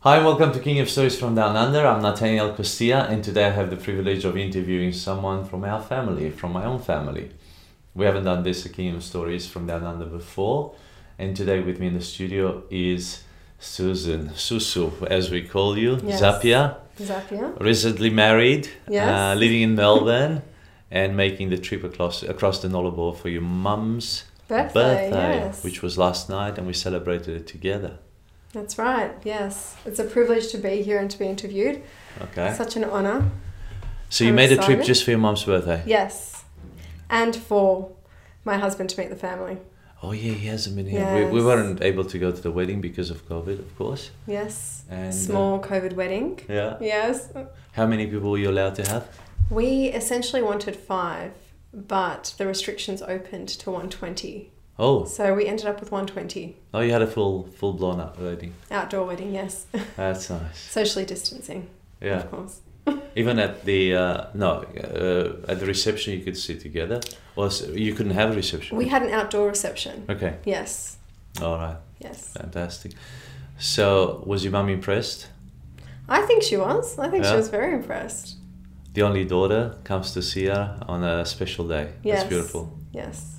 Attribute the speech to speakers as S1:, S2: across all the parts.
S1: Hi and welcome to King of Stories from Down Under. I'm Nathaniel Costilla and today I have the privilege of interviewing someone from our family, from my own family. We haven't done this at King of Stories from Down Under before and today with me in the studio is Susan, Susu as we call you,
S2: Yes.
S1: Zapia,
S2: Zapier.
S1: recently married,
S2: Yes.
S1: uh, living in Melbourne and making the trip across, across the Nullarbor for your mum's
S2: Birthday, yes.
S1: which was last night and we celebrated it together.
S2: That's right, yes. It's a privilege to be here and to be interviewed.
S1: Okay.
S2: Such an honour.
S1: So you
S2: I'm
S1: made a trip
S2: excited.
S1: just for your mum's birthday?
S2: Yes. And for my husband to meet the family.
S1: Oh yeah, he hasn't been here. We, we
S2: Yes.
S1: weren't able to go to the wedding because of COVID, of course.
S2: Yes.
S1: And uh,
S2: Small COVID wedding.
S1: yeah.
S2: Yes.
S1: How many people were you allowed to have?
S2: We essentially wanted five, but the restrictions opened to 120.
S1: Oh,
S2: So we ended up with 120.
S1: oh, you had a full full blown up wedding.
S2: Outdoor wedding, yes.
S1: That's nice.
S2: Socially distancing,
S1: Yeah.
S2: of course.
S1: Even at the uh, no uh, at the reception, you could sit together, or s- you couldn't have a reception.
S2: We had an outdoor reception.
S1: okay.
S2: Yes.
S1: All right.
S2: Yes.
S1: Fantastic. So was your mum impressed?
S2: I think she was. I think
S1: Yeah.
S2: she was very impressed.
S1: The only daughter comes to see her on a special day.
S2: Yes.
S1: That's beautiful.
S2: Yes.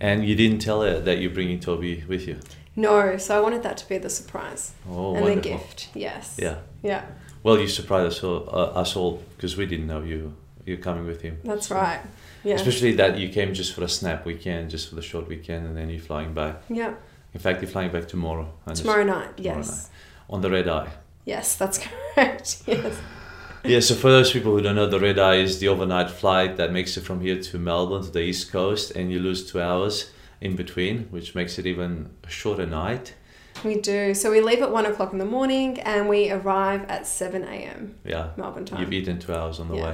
S1: And you didn't tell her that you're bringing Toby with you.
S2: No, so I wanted that to be the surprise
S1: Oh,
S2: and
S1: wonderful.
S2: the gift. Yes.
S1: Yeah.
S2: Yeah,
S1: Well, you surprised us all, uh, us all because we didn't know you you're coming with him.
S2: that's
S1: So-
S2: right. Yeah.
S1: Especially that you came just for a snap weekend, just for the short weekend, and then you're flying back.
S2: yeah.
S1: In fact, you're flying back tomorrow. And it's
S2: Tomorrow night.
S1: tomorrow
S2: Yes.
S1: on the red eye.
S2: Yes, that's correct. Yes.
S1: Yeah. So for those people who don't know, the red eye is the overnight flight that makes it from here to Melbourne to the east coast, and you lose two hours in between, which makes it even a shorter night.
S2: We do. So we leave at one o'clock in the morning and we arrive at 7 a.m.
S1: Yeah.
S2: Melbourne time.
S1: You've eaten two hours on the
S2: yes.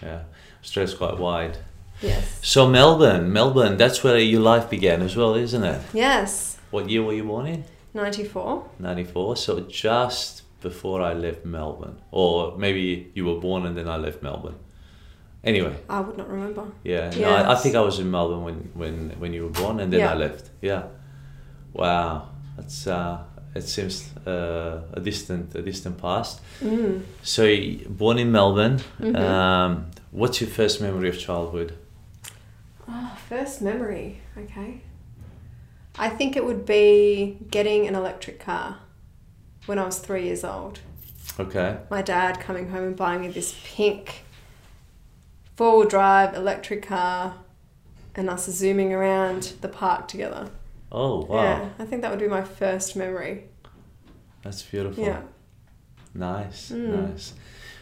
S1: way. Yeah. Australia's quite wide.
S2: Yes.
S1: So Melbourne, Melbourne, that's where your life began as well, isn't it?
S2: Yes.
S1: What year were you born in?
S2: 94.
S1: 94. So just before I left Melbourne. Or maybe you were born and then I left Melbourne. Anyway,
S2: I would not remember.
S1: yeah. No, I, I
S2: Yes.
S1: think I was in Melbourne when, when, when you were born and then I
S2: Yeah.
S1: left. Yeah. Wow. That's, uh, it seems uh, a distant a distant past.
S2: Mm.
S1: So y- born in Melbourne.
S2: Mhm.
S1: Um, what's your first memory of childhood?
S2: Oh, first memory. Okay. I think it would be getting an electric car when I was three years old.
S1: Okay.
S2: my dad coming home and buying me this pink four wheel drive electric car and us zooming around the park together.
S1: Oh wow,
S2: Yeah, I think that would be my first memory.
S1: that's beautiful.
S2: Yeah.
S1: Nice,
S2: Mm.
S1: nice.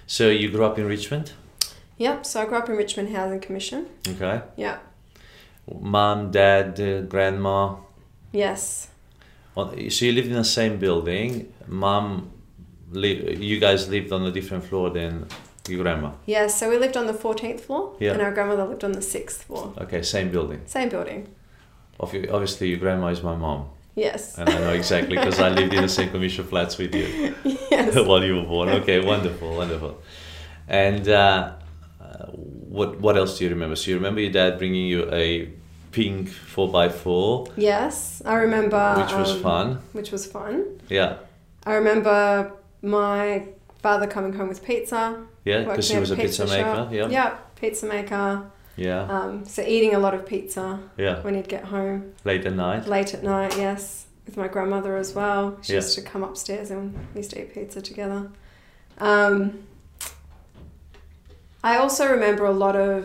S1: So you grew up in Richmond,
S2: Yep, so I grew up in Richmond Housing Commission.
S1: okay?
S2: Yeah.
S1: Mom, dad, uh, grandma.
S2: Yes.
S1: Oh, So you lived in the same building. Mom, li- you guys lived on a different floor than your grandma.
S2: Yeah, so we lived on the 14th floor
S1: Yeah.
S2: and our grandmother lived on the 6th floor.
S1: Okay, same building.
S2: Same building.
S1: Obvi- Obviously, your grandma is my mom,
S2: Yes.
S1: and I know exactly because I lived in the same commercial flats with you
S2: yes.
S1: while you were born. Okay, wonderful, wonderful. And uh, uh, what what else do you remember? So you remember your dad bringing you a pink four x four.
S2: Yes, I remember.
S1: Which was
S2: um,
S1: fun.
S2: Which was fun.
S1: Yeah,
S2: I remember my father coming home with pizza.
S1: yeah, because
S2: working
S1: she
S2: at
S1: was a pizza, maker.
S2: shop.
S1: Yeah, yeah,
S2: Yeah, pizza maker.
S1: yeah,
S2: Um, so eating a lot of pizza when he'd get home
S1: Late at night.
S2: late at night. Yes, with my grandmother as well. She
S1: Yeah.
S2: used to come upstairs and we used to eat pizza together. Um, I also remember a lot of,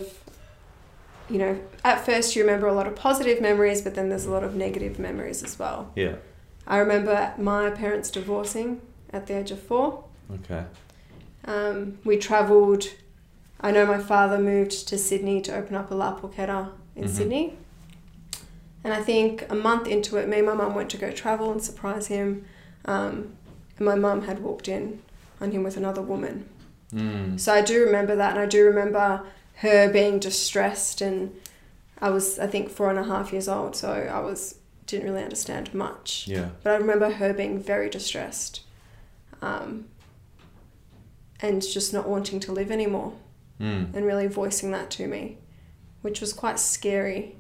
S2: you know, at first you remember a lot of positive memories, but then there's a lot of negative memories as well.
S1: Yeah.
S2: I remember my parents divorcing at the age of four.
S1: Okay.
S2: Um, we travelled. I know my father moved to Sydney to open up a La Porchetta in
S1: Mhm.
S2: Sydney. And I think a month into it, me and my mum went to go travel and surprise him. Um, and my mum had walked in on him with another woman.
S1: Mm.
S2: So I do remember that. And I do remember her being distressed and I was I think four and a half years old, so I was didn't really understand much.
S1: Yeah.
S2: But I remember her being very distressed, um, and just not wanting to live anymore,
S1: Mm.
S2: and really voicing that to me, which was quite scary,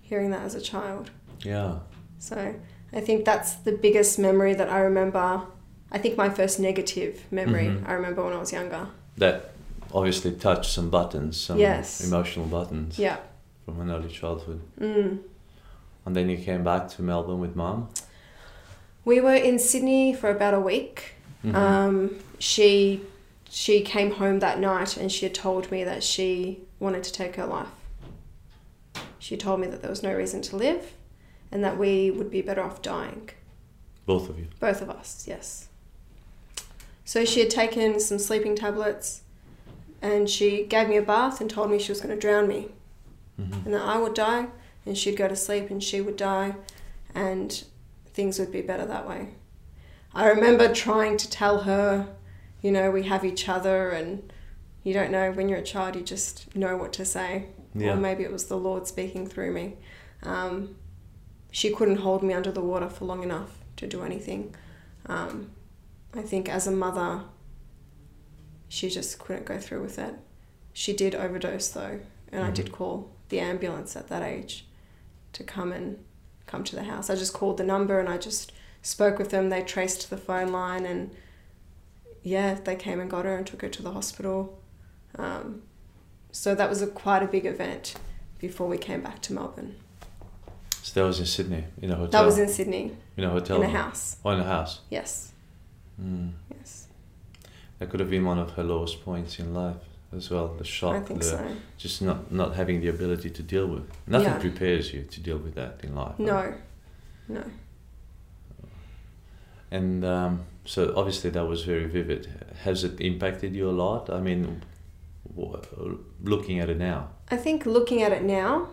S2: hearing that as a child.
S1: Yeah.
S2: So I think that's the biggest memory that I remember. I think my first negative memory
S1: Mhm.
S2: I remember when I was younger.
S1: That obviously touched some buttons, some
S2: Yes.
S1: emotional buttons
S2: Yeah.
S1: from an early childhood.
S2: Mm.
S1: And then you came back to Melbourne with mum.
S2: We were in Sydney for about a week.
S1: Mhm.
S2: Um, she she came home that night and she had told me that she wanted to take her life. She told me that there was no reason to live, and that we would be better off dying.
S1: Both of you.
S2: Both of us, yes. So she had taken some sleeping tablets and she gave me a bath and told me she was going to drown me
S1: Mhm.
S2: and that I would die and she'd go to sleep and she would die and things would be better that way. I remember trying to tell her, you know, we have each other and you don't know when you're a child, you just know what to say.
S1: Yeah.
S2: Or maybe it was the Lord speaking through me. Um, she couldn't hold me under the water for long enough to do anything. Um, I think as a mother, she just couldn't go through with it. She did overdose though, and I did call the ambulance at that age to come and come to the house. I just called the number and I just spoke with them. They traced the phone line and yeah, they came and got her and took her to the hospital. Um, so that was a quite a big event before we came back to Melbourne.
S1: So that was in Sydney, in a hotel.
S2: That was in Sydney
S1: in a hotel.
S2: in a
S1: room.
S2: house.
S1: Oh, in a house.
S2: Yes,
S1: Mm.
S2: yes,
S1: That could have been one of her lowest points in life as well. The shock,
S2: I think
S1: the,
S2: so.
S1: just not not having the ability to deal with. Nothing
S2: Yeah.
S1: prepares you to deal with that in life. right?
S2: No, no.
S1: And um, so obviously that was very vivid. Has it impacted you a lot? I mean, w- looking at it now.
S2: I think looking at it now,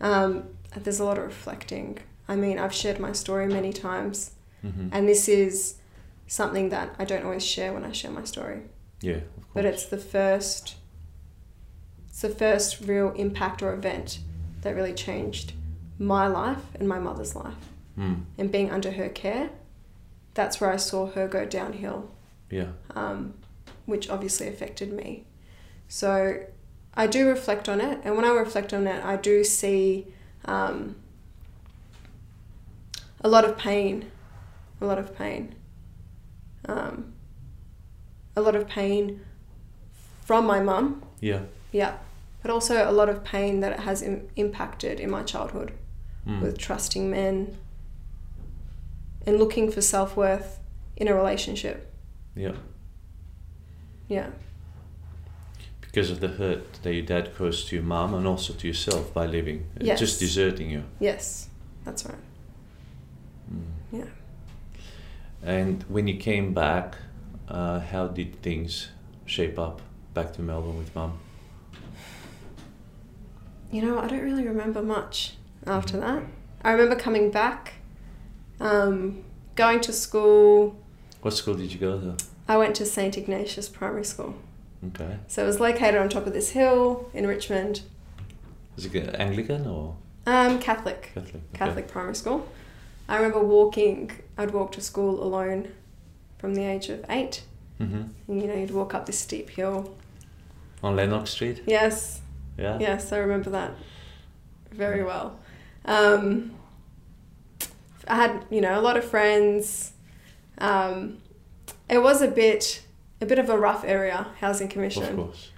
S2: um, there's a lot of reflecting. I mean, I've shared my story many times,
S1: hmm
S2: and this is something that I don't always share when I share my story.
S1: Yeah, of course.
S2: But it's the first, it's the first real impact or event that really changed my life and my mother's life.
S1: Mm,
S2: And being under her care, that's where I saw her go downhill
S1: yeah.
S2: um, which obviously affected me. So I do reflect on it, and when I reflect on it, I do see um, a lot of pain, a lot of pain, um, a lot of pain from my mum,
S1: Yeah.
S2: yeah, but also a lot of pain that it has Im- impacted in my childhood
S1: Mm.
S2: with trusting men and looking for self worth in a relationship,
S1: Yeah.
S2: yeah.
S1: Because of the hurt that your dad caused to your mum and also to yourself by leaving,
S2: Yes.
S1: just deserting you.
S2: Yes, that's right. Yeah.
S1: And when you came back, uh, how did things shape up back to Melbourne with mum?
S2: You know, I don't really remember much after that. I remember coming back, um, going to school.
S1: What school did you go to?
S2: I went to St. Ignatius Primary School.
S1: Okay.
S2: So it was located on top of this hill in Richmond.
S1: Is it Anglican or
S2: Um, Catholic.
S1: Catholic? Okay.
S2: Catholic primary school. I remember walking, I'd walk to school alone from the age of eight.
S1: hmm
S2: And, you know, you'd walk up this steep hill.
S1: On Lennox Street?
S2: Yes,
S1: Yeah.
S2: Yes, I remember that very well. Um, I had, you know, a lot of friends. Um, it was a bit, a bit of a rough area, housing
S1: Of
S2: commission.
S1: course.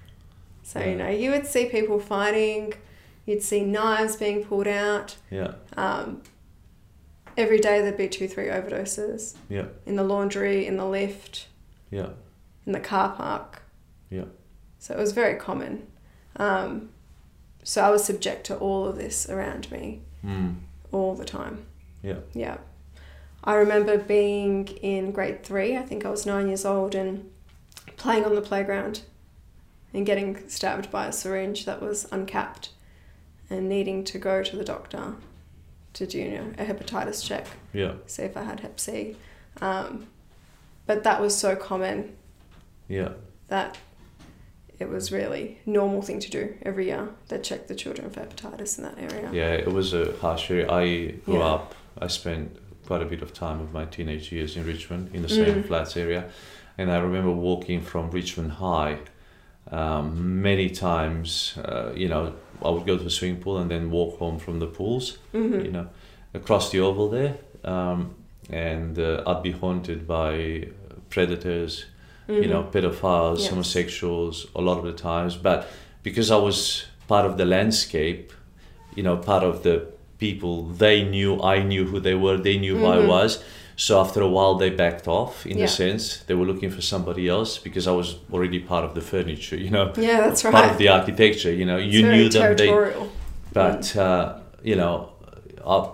S2: So
S1: yeah.
S2: you know, you would see people fighting, you'd see knives being pulled out.
S1: Yeah.
S2: Um, every day there'd be two, three overdoses
S1: Yeah.
S2: in the laundry, in the lift,
S1: Yeah.
S2: in the car park.
S1: Yeah.
S2: So it was very common. Um, so I was subject to all of this around me
S1: Mm.
S2: all the time.
S1: Yeah.
S2: Yeah. I remember being in grade three, I think I was nine years old, and playing on the playground and getting stabbed by a syringe that was uncapped and needing to go to the doctor to do you know, a hepatitis check,
S1: Yeah.
S2: see if I had hep C. Um, but that was so common
S1: Yeah.
S2: that it was really normal thing to do every year. They check the children for hepatitis in that area.
S1: Yeah, it was a harsh year. I grew
S2: Yeah.
S1: up, I spent quite a bit of time of my teenage years in Richmond, in the
S2: Mm.
S1: same flats area. And I remember walking from Richmond High um, many times. Uh, you know, I would go to the swimming pool and then walk home from the pools,
S2: Mhm.
S1: you know, across the oval there. Um, and uh, I'd be haunted by predators, you
S2: Mhm.
S1: know, pedophiles,
S2: Yes.
S1: homosexuals, a lot of the times. But because I was part of the landscape, you know, part of the people, they knew I knew who they were, they knew who I
S2: Mhm.
S1: was. So after a while, they backed off in
S2: Yeah.
S1: the sense they were looking for somebody else because I was already part of the furniture, you know,
S2: Yeah, that's right.
S1: part of the architecture. You know,
S2: It's
S1: you
S2: very
S1: knew them. They
S2: territorial.
S1: but uh, you know, I,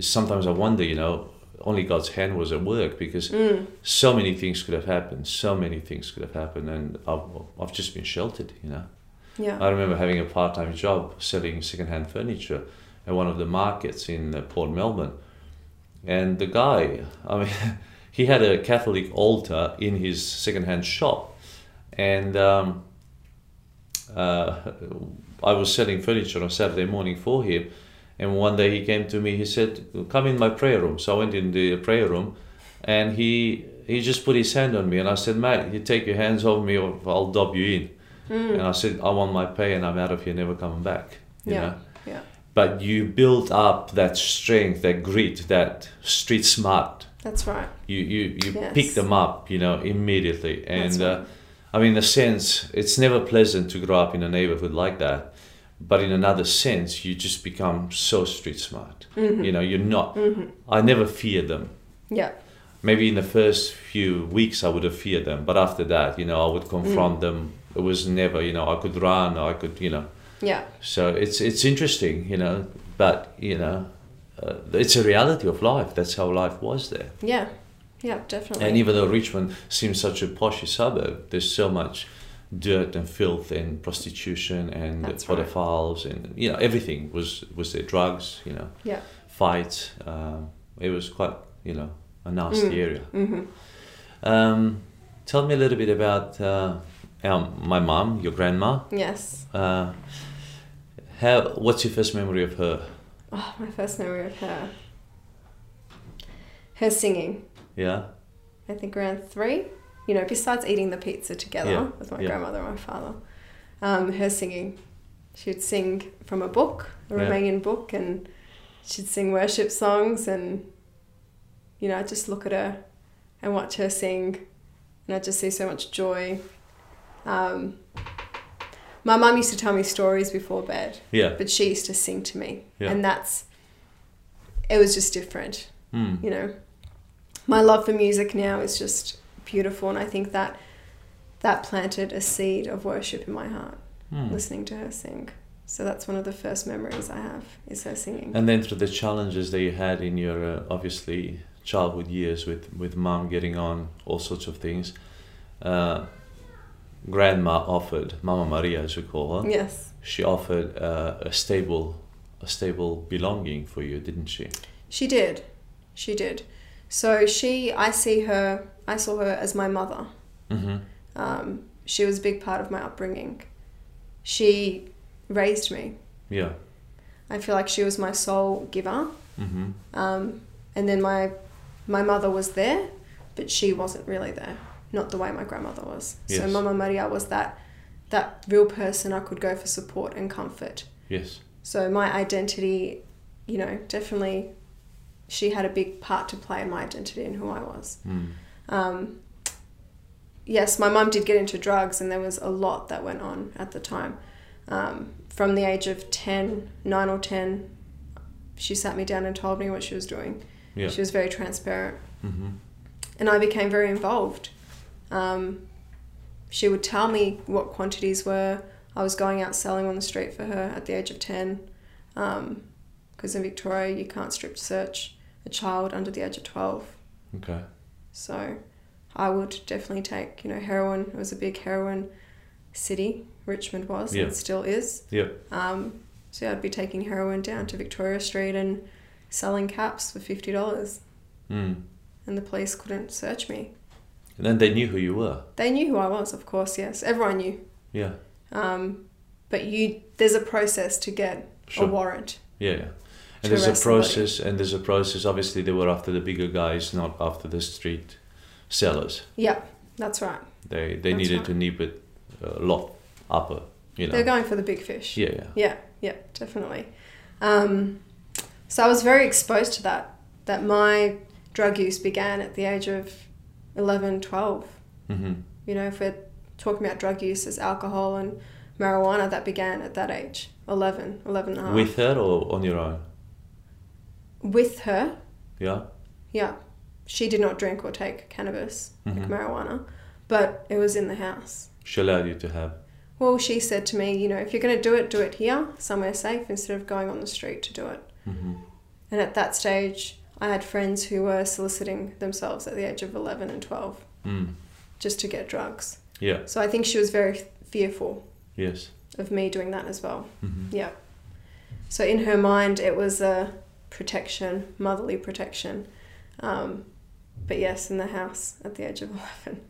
S1: sometimes I wonder, you know, only God's hand was at work because so many things could have happened. So many things could have happened, and I've, I've just been sheltered. You know,
S2: Yeah.
S1: I remember having a part-time job selling second-hand furniture at one of the markets in uh, Port Melbourne, and the guy, I mean, he had a Catholic altar in his second-hand shop, and. Um, uh, I was selling furniture on Saturday morning for him. And one day he came to me, he said, Come in my prayer room. So I went in the prayer room and he he just put his hand on me. And I said, Mate, you take your hands off me or I'll dob you in. And I said, I want my pay and I'm out of here, never coming back. You
S2: Yeah.
S1: know?
S2: Yeah.
S1: But you build up that strength, that grit, that street smart.
S2: That's right.
S1: You, you, you pick
S2: Yes.
S1: them up, you know, immediately.
S2: That's
S1: And
S2: right.
S1: uh, I mean, in a sense, it's never pleasant to grow up in a neighborhood like that. But in another sense, you just become so street smart.
S2: Mm-hmm.
S1: You know, you're not. I never fear them.
S2: Yeah.
S1: Maybe in the first few weeks, I would have feared them. But after that, you know, I would confront
S2: Mm.
S1: them. It was never, you know, I could run or I could, you know.
S2: Yeah.
S1: So it's it's interesting, you know. But you know, uh, it's a reality of life. That's how life was there.
S2: Yeah. Yeah, definitely.
S1: And even though Richmond seems such a posh suburb, there's so much dirt and filth and prostitution and
S2: That's right.
S1: pedophiles and you know everything was was there drugs, you know,
S2: Yeah.
S1: fights. Um, it was quite you know a nasty area.
S2: hmm
S1: Um, tell me a little bit about uh, um, my mom, your grandma.
S2: Yes.
S1: Uh, how, what's your first memory of her?
S2: Oh, my first memory of her. Her singing.
S1: Yeah,
S2: I think around three. You know, besides eating the pizza together
S1: Yeah,
S2: with my
S1: yeah.
S2: grandmother and my father, um, her singing. She would sing from a book, a
S1: Yeah.
S2: Romanian book, and she'd sing worship songs. And, you know, I'd just look at her and watch her sing, and I'd just see so much joy. Um, my mum used to tell me stories before bed,
S1: yeah.
S2: but she used to sing to me.
S1: Yeah.
S2: And that's, it was just different
S1: Mm.
S2: you know my love for music now is just beautiful and i think that that planted a seed of worship in my heart
S1: Mm.
S2: listening to her sing so that's one of the first memories i have is her singing
S1: And then through the challenges that you had in your uh, obviously childhood years with with mom getting on all sorts of things, uh, grandma offered Mama Maria, as we call her,
S2: yes
S1: she offered uh, a stable a stable belonging for you, didn't she?
S2: she did she did so she i see her i saw her as my mother
S1: Mm-hmm.
S2: um, she was a big part of my upbringing she raised me
S1: Yeah.
S2: i feel like she was my sole giver
S1: Mm-hmm.
S2: Um, and then my my mother was there, but she wasn't really there, not the way my grandmother was. So
S1: Yes.
S2: Mama Maria was that that real person I could go for support and comfort.
S1: Yes.
S2: So my identity, you know, definitely she had a big part to play in my identity and who I was.
S1: Mm.
S2: Um, yes, my mum did get into drugs, and there was a lot that went on at the time. Um, from the age of 10, 9 or 10, she sat me down and told me what she was doing.
S1: Yeah.
S2: She was very transparent,
S1: Mm-hmm.
S2: and I became very involved. Um, she would tell me what quantities were. I was going out selling on the street for her at the age of 10, because in Victoria, you can't strip search a child under the age of 12.
S1: Okay.
S2: So I would definitely take, you know, heroin. It was a big heroin city, Richmond was,
S1: Yeah.
S2: and still is.
S1: Yeah.
S2: Um, so I'd be taking heroin down to Victoria Street and selling caps for $50,
S1: Mm.
S2: and the police couldn't search me.
S1: And then they knew who you were.
S2: They knew who I was, of course, yes. Everyone knew.
S1: Yeah.
S2: Um, but you, there's a process to get
S1: Sure.
S2: a warrant.
S1: Yeah, yeah.
S2: to
S1: And there's a
S2: arrest somebody.
S1: process, and there's a process. Obviously, they were after the bigger guys, not after the street sellers.
S2: Yeah, that's right.
S1: They they
S2: That's
S1: needed
S2: right.
S1: to nip it a lot upper, you know.
S2: They're going for the big fish.
S1: yeah, yeah,
S2: Yeah, yeah, definitely. Um, so I was very exposed to that, that my drug use began at the age of 11, 12.
S1: hmm
S2: You know, if we're talking about drug use as alcohol and marijuana, that began at that age 11, 11 and a half.
S1: With her or on your own?
S2: With her,
S1: Yeah.
S2: yeah. She did not drink or take cannabis,
S1: Mhm.
S2: like marijuana, but it was in the house.
S1: She allowed you to have.
S2: Well, she said to me, you know, if you're going to do it, do it here, somewhere safe, instead of going on the street to do it.
S1: hmm
S2: And at that stage, I had friends who were soliciting themselves at the age of 11 and 12
S1: Mm.
S2: just to get drugs.
S1: Yeah.
S2: So I think she was very fearful
S1: Yes.
S2: of me doing that as well.
S1: hmm
S2: Yeah. So in her mind, it was a protection, motherly protection. Um, but yes, in the house at the age of 11,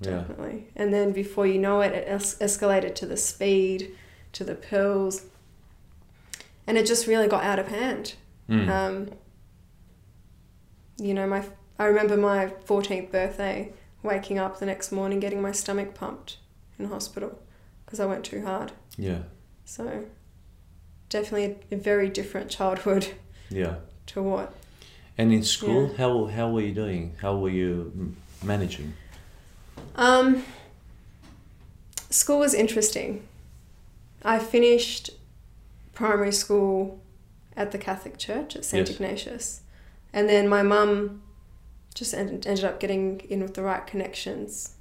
S1: Yeah.
S2: definitely. And then before you know it, it es- escalated to the speed, to the pills. And it just really got out of hand.
S1: Mm.
S2: Um, you know, my I remember my 14th birthday, waking up the next morning, getting my stomach pumped in hospital because I went too hard.
S1: yeah.
S2: So definitely a, a very different childhood
S1: Yeah.
S2: to what.
S1: And in school, how how were you doing? How were you m- managing?
S2: Um, school was interesting. I finished primary school at the Catholic Church at St
S1: Yes.
S2: Ignatius, and then my mum just en- ended up getting in with the right connections,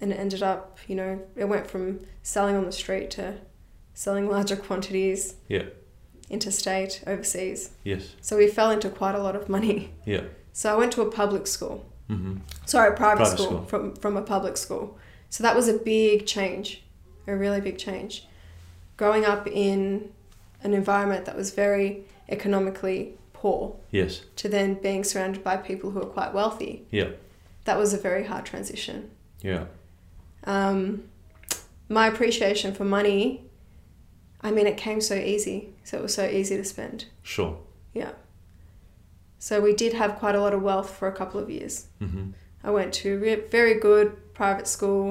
S2: and it ended up, you know, it went from selling on the street to selling larger quantities
S1: Yeah.
S2: interstate, overseas.
S1: Yes.
S2: So we fell into quite a lot of money.
S1: Yeah.
S2: So I went to a public school.
S1: hmm
S2: sorry, private,
S1: Private
S2: school,
S1: school.
S2: from from a public school. So that was a big change, a really big change. Growing up in an environment that was very economically poor
S1: Yes.
S2: to then being surrounded by people who are quite wealthy,
S1: Yeah.
S2: that was a very hard transition.
S1: Yeah.
S2: Um, my appreciation for money, I mean, it came so easy, so it was so easy to spend.
S1: Sure.
S2: Yeah. So we did have quite a lot of wealth for a couple of years.
S1: hmm
S2: I went to re- very good private school.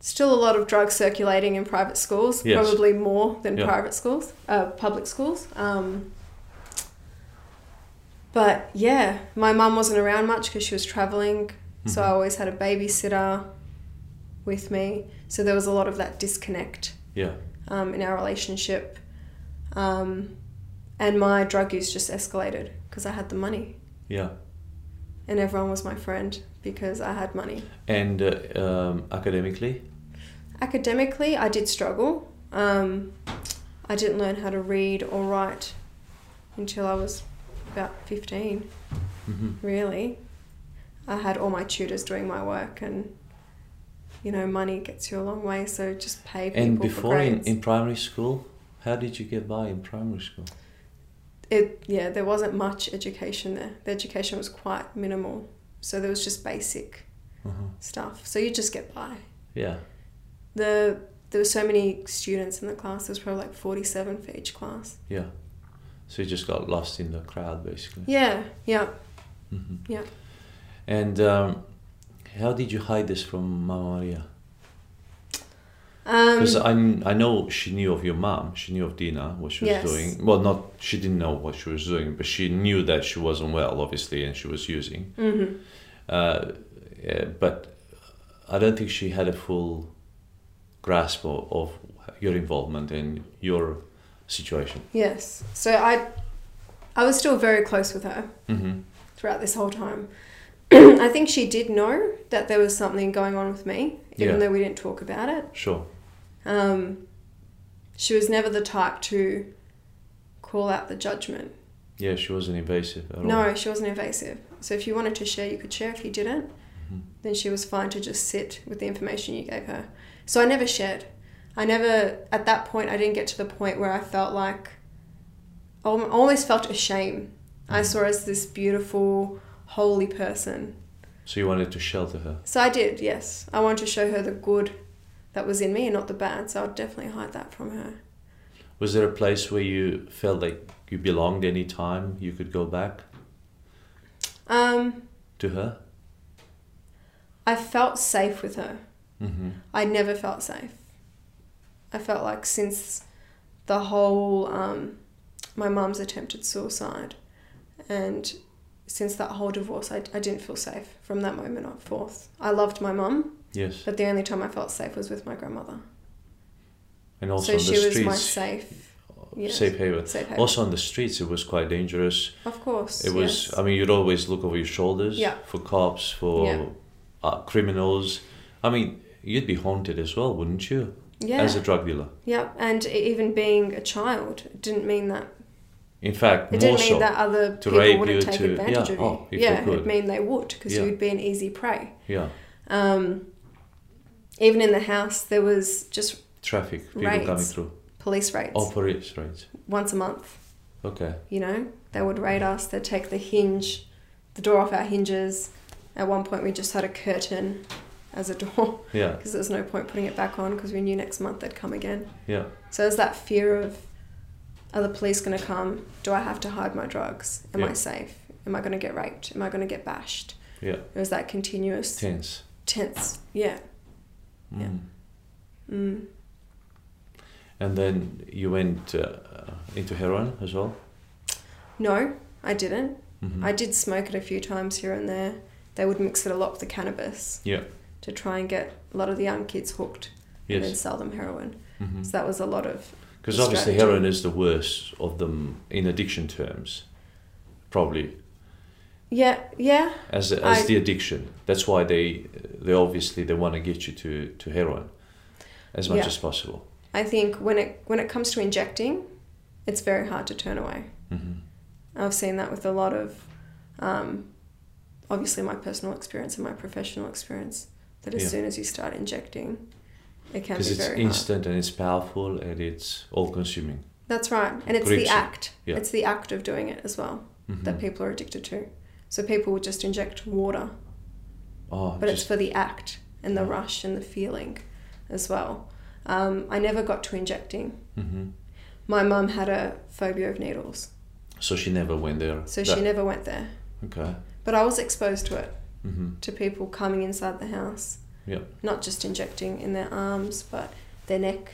S2: Still a lot of drugs circulating in private schools,
S1: Yes.
S2: probably more than
S1: Yeah.
S2: private schools, uh, public schools. Um, but yeah, my mum wasn't around much because she was traveling, so
S1: Mm-hmm.
S2: I always had a babysitter with me. So there was a lot of that disconnect
S1: Yeah.
S2: um, in our relationship. Um, and my drug use just escalated because I had the money
S1: Yeah.
S2: and everyone was my friend because I had money.
S1: And uh, um, academically,
S2: Academically, I did struggle. Um, I didn't learn how to read or write until I was about 15,
S1: hmm
S2: really. I had all my tutors doing my work, and you know, money gets you a long way, so just pay people.
S1: and
S2: for
S1: before in,
S2: grades.
S1: in primary school, how did you get by in primary school?
S2: it yeah there wasn't much education there the education was quite minimal so there was just basic
S1: Uh-huh.
S2: stuff so you just get by
S1: Yeah.
S2: the there were so many students in the class there was probably like 47 for each class
S1: Yeah. So you just got lost in the crowd, basically.
S2: yeah yeah
S1: hmm
S2: yeah
S1: And um, how did you hide this from Mama Maria?
S2: um,
S1: Because I know she knew of your mom. She knew of Dina, what she was
S2: Yes.
S1: doing. Well, not she didn't know what she was doing, but she knew that she wasn't well, obviously, and she was using.
S2: mhm.
S1: Uh, yeah, but I don't think she had a full grasp of, of your involvement and your situation.
S2: yes so i i was still very close with her
S1: hmm
S2: throughout this whole time i think she did know that there was something going on with me even
S1: Yeah.
S2: though we didn't talk about it
S1: Sure.
S2: um, she was never the type to call out the judgment.
S1: Yeah, she wasn't invasive at all.
S2: No, she wasn't invasive. So if you wanted to share, you could share. If you didn't,
S1: Hmm.
S2: then she was fine to just sit with the information you gave her. So I never shared. I never, at that point, I didn't get to the point where I felt like, I al- almost felt a shame. I
S1: Hmm.
S2: saw her as this beautiful, holy person.
S1: So you wanted to shelter her.
S2: So I did, yes. I wanted to show her the good that was in me and not the bad. So I'd definitely hide that from her.
S1: Was there a place where you felt like you belonged any time you could go back
S2: Um,
S1: to her?
S2: I felt safe with her.
S1: Mm-hmm.
S2: I never felt safe. I felt like since the whole um, my mum's attempted suicide, and since that whole divorce, I, I didn't feel safe from that moment on forth. I loved my mum,
S1: Yes.
S2: but the only time I felt safe was with my grandmother.
S1: And also on
S2: so
S1: the
S2: she was
S1: streets.
S2: my
S1: Uh,
S2: safe, yes,
S1: Safe haven.
S2: safe haven.
S1: Also on the streets, it was quite dangerous.
S2: of course.
S1: It was. um,
S2: yes.
S1: I mean, you'd always look over your shoulders
S2: Yeah.
S1: for cops, for
S2: Yeah.
S1: uh, criminals. I mean, you'd be haunted as well, wouldn't you?
S2: yeah,
S1: As a drug dealer.
S2: yeah, and e- even being a child it didn't mean that
S1: In fact,
S2: It
S1: more
S2: didn't mean
S1: so.
S2: that other
S1: to
S2: people
S1: rape
S2: wouldn't
S1: you,
S2: take
S1: to-
S2: advantage
S1: yeah,
S2: of you.
S1: oh, if they
S2: yeah,
S1: could.
S2: it'd mean they would because
S1: Yeah.
S2: you'd be an easy prey.
S1: Yeah.
S2: Um, even in the house, there was just
S1: Traffic, people
S2: Raids.
S1: coming through.
S2: police raids
S1: Oh, police raids.
S2: once a month.
S1: Okay.
S2: You know, they would raid us. They'd take the hinge, the door off our hinges. At one point, we just had a curtain as a door
S1: Yeah.
S2: because there was no point putting it back on because we knew next month they'd come again.
S1: Yeah.
S2: So there's that fear of, are the police going to come? Do I have to hide my drugs? Am
S1: Yeah.
S2: I safe? Am I going to get raped? Am I going to get bashed?
S1: Yeah.
S2: It was that continuous
S1: Tense.
S2: tense. Yeah.
S1: Hmm.
S2: Yeah. Mm.
S1: And then you went uh, into heroin as well.
S2: No, I didn't.
S1: Mhm.
S2: I did smoke it a few times here and there. They would mix it a lot with the cannabis
S1: Yeah.
S2: to try and get a lot of the young kids hooked and then
S1: Yes.
S2: sell them heroin.
S1: Mhm.
S2: So that was a lot of
S1: Because obviously
S2: strategy.
S1: heroin is the worst of them in addiction terms, probably
S2: yeah, yeah,
S1: as as
S2: I-
S1: the addiction. That's why they they obviously they want to get you to to heroin as much
S2: Yeah.
S1: as possible.
S2: I think when it when it comes to injecting, it's very hard to turn away.
S1: Mhm.
S2: I've seen that with a lot of, um, obviously my personal experience and my professional experience. That as
S1: Yeah.
S2: soon as you start injecting, it can
S1: Because
S2: be
S1: it's
S2: very hard.
S1: instant and it's powerful and it's all consuming.
S2: That's right, and it's
S1: Grips
S2: the
S1: it.
S2: act.
S1: Yeah. Mm-hmm.
S2: It's the act of doing it as well that people are addicted to. So people will just inject water,
S1: Oh,
S2: but it's
S1: just
S2: for the act and the
S1: Yeah.
S2: rush and the feeling, as well. Um, I never got to injecting.
S1: Mhm.
S2: My mum had a phobia of needles,
S1: so she never went there.
S2: so
S1: That-
S2: she never went there.
S1: Okay.
S2: But I was exposed to it,
S1: Mm-hmm.
S2: to people coming inside the house,
S1: Yeah.
S2: not just injecting in their arms, but their neck,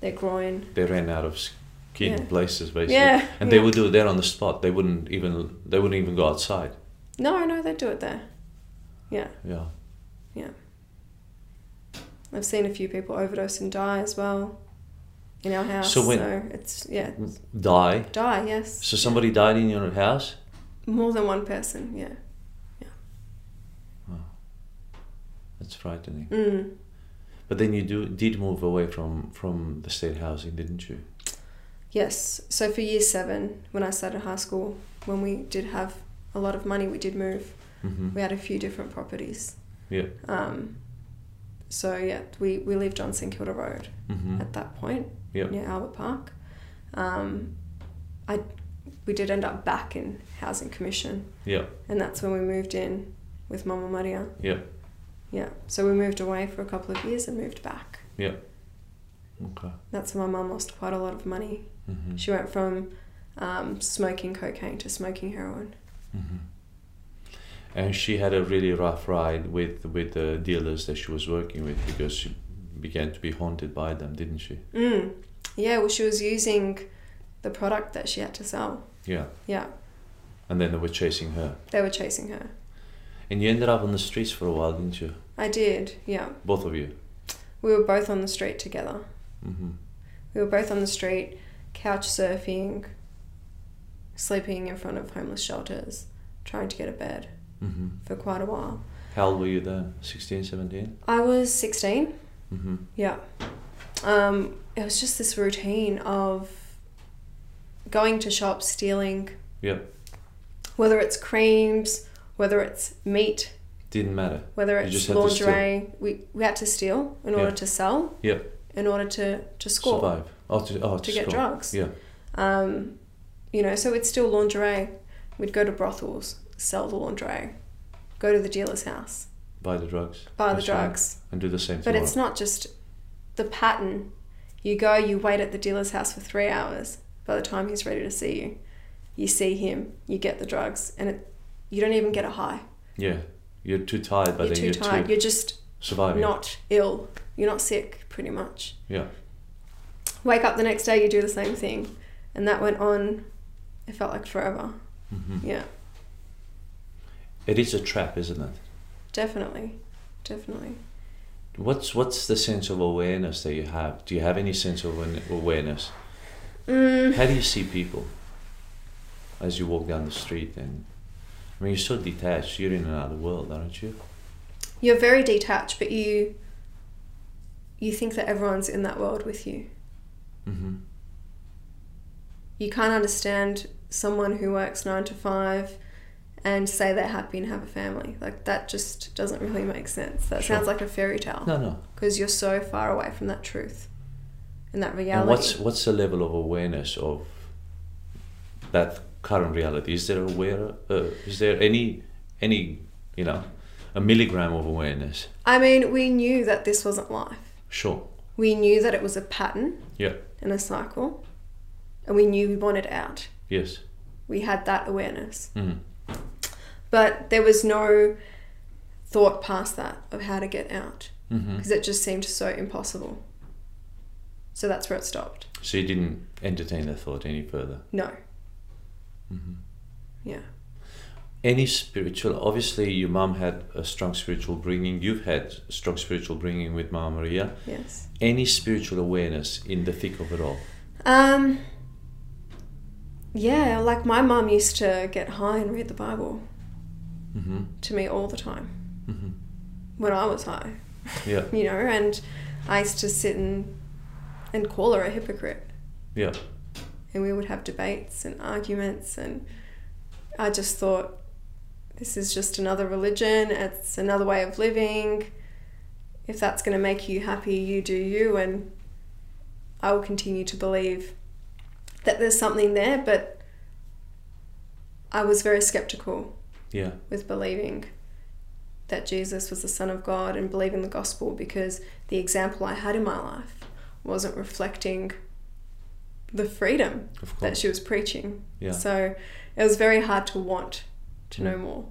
S2: their groin.
S1: They ran out of skin
S2: Yeah.
S1: places basically,
S2: Yeah,
S1: and they
S2: yeah.
S1: would do it there on the spot. They wouldn't even they wouldn't even go outside.
S2: No, no, they do it there. Yeah.
S1: Yeah.
S2: Yeah. I've seen a few people overdose and die as well in our house.
S1: So
S2: So,
S1: when-
S2: it's, yeah, it's-
S1: Die.
S2: die, yes.
S1: So somebody died in your house.
S2: More than one person, yeah.
S1: That's frightening.
S2: Mm.
S1: But then you do did move away from from the state housing, didn't you?
S2: Yes. So for year seven, when I started high school, when we did have a lot of money, we did move.
S1: Mm-hmm.
S2: We had a few different properties.
S1: Yeah.
S2: Um, so yeah, we, we lived on St Kilda Road
S1: Mm-hmm.
S2: at that point
S1: Yeah.
S2: near Albert Park. Um, I, we did end up back in Housing Commission.
S1: Yeah.
S2: and that's when we moved in with Mama Maria.
S1: Yeah.
S2: Yeah, so we moved away for a couple of years and moved back.
S1: Yeah. Okay.
S2: That's when my mum lost quite a lot of money.
S1: Mm-hmm.
S2: She went from um, smoking cocaine to smoking heroin.
S1: And she had a really rough ride with with the dealers that she was working with because she began to be haunted by them, didn't she?
S2: Mm. Yeah, well, she was using the product that she had to sell.
S1: Yeah.
S2: Yeah,
S1: And then they were chasing her.
S2: they were chasing her.
S1: And you ended up on the streets for a while, didn't you?
S2: I did, yeah.
S1: Both of you.
S2: We were both on the street together.
S1: Mm-hmm.
S2: We were both on the street, couch surfing, sleeping in front of homeless shelters, trying to get a bed
S1: Mm-hmm.
S2: for quite a while.
S1: How old were you then? 16, 17?
S2: I was 16.
S1: Mm-hmm.
S2: Yeah. Um, it was just this routine of going to shops, stealing,
S1: Yeah.
S2: whether it's creams, whether it's meat,
S1: Didn't matter.
S2: whether
S1: You just
S2: it's
S1: had to steal.
S2: lingerie. We, we had to steal in
S1: Yeah.
S2: order to sell,
S1: Yeah.
S2: in order to, to score,
S1: Survive. Oh, to, oh, to,
S2: to get
S1: score.
S2: drugs.
S1: Yeah.
S2: Um, you know, so we'd steal lingerie. We'd go to brothels, sell the lingerie, go to the dealer's house,
S1: Buy the drugs.
S2: buy the
S1: That's right.
S2: drugs.
S1: And do the same
S2: But
S1: tomorrow.
S2: it's not just the pattern. You go, you wait at the dealer's house for three hours. By the time he's ready to see you, you see him, you get the drugs, and it, you don't even get a high.
S1: Yeah. You're too tired, but
S2: you're
S1: then
S2: too
S1: you're
S2: tired.
S1: too
S2: You're just
S1: surviving.
S2: not ill. You're not sick, pretty much.
S1: Yeah.
S2: Wake up the next day, you do the same thing. And that went on, it felt like forever.
S1: hmm
S2: Yeah,
S1: It is a trap, isn't it?
S2: definitely. Definitely.
S1: What's what's the sense of awareness that you have? Do you have any sense of an- awareness?
S2: Mm,
S1: How do you see people as you walk down the street? And I mean, you're so detached. You're in another world, aren't you?
S2: you're very detached, but you you think that everyone's in that world with you.
S1: hmm
S2: You can't understand someone who works nine to five and say they're happy and have a family. Like that just doesn't really make sense. That
S1: Sure.
S2: sounds like a fairy tale
S1: No, no.
S2: because you're so far away from that truth and that reality.
S1: And what's what's the level of awareness of that current reality? Is there aware? Uh, is there any any you know a milligram of awareness?
S2: I mean, we knew that this wasn't life.
S1: Sure.
S2: We knew that it was a pattern
S1: Yeah.
S2: and a cycle, and we knew we wanted out.
S1: Yes.
S2: We had that awareness.
S1: Mhm.
S2: But there was no thought past that of how to get out
S1: hmm
S2: because it just seemed so impossible. So that's where it stopped.
S1: So you didn't entertain that thought any further.
S2: No.
S1: Mm-hmm.
S2: Yeah.
S1: any spiritual obviously your mom had a strong spiritual bringing you've had strong spiritual bringing with mom maria
S2: Yes.
S1: any spiritual awareness in the thick of it all
S2: Um. Yeah, like my mum used to get high and read the Bible
S1: mm-hmm.
S2: to me all the time
S1: Mm-hmm.
S2: when I was high.
S1: yeah
S2: you know, and I used to sit and and call her a hypocrite,
S1: yeah
S2: and we would have debates and arguments, and I just thought this is just another religion, it's another way of living. If that's going to make you happy, you do you, and I will continue to believe that there's something there, but I was very skeptical
S1: yeah
S2: with believing that Jesus was the Son of God and believing the gospel because the example I had in my life wasn't reflecting the freedom
S1: of
S2: that
S1: course
S2: she was preaching.
S1: yeah
S2: So it was very hard to want to know more.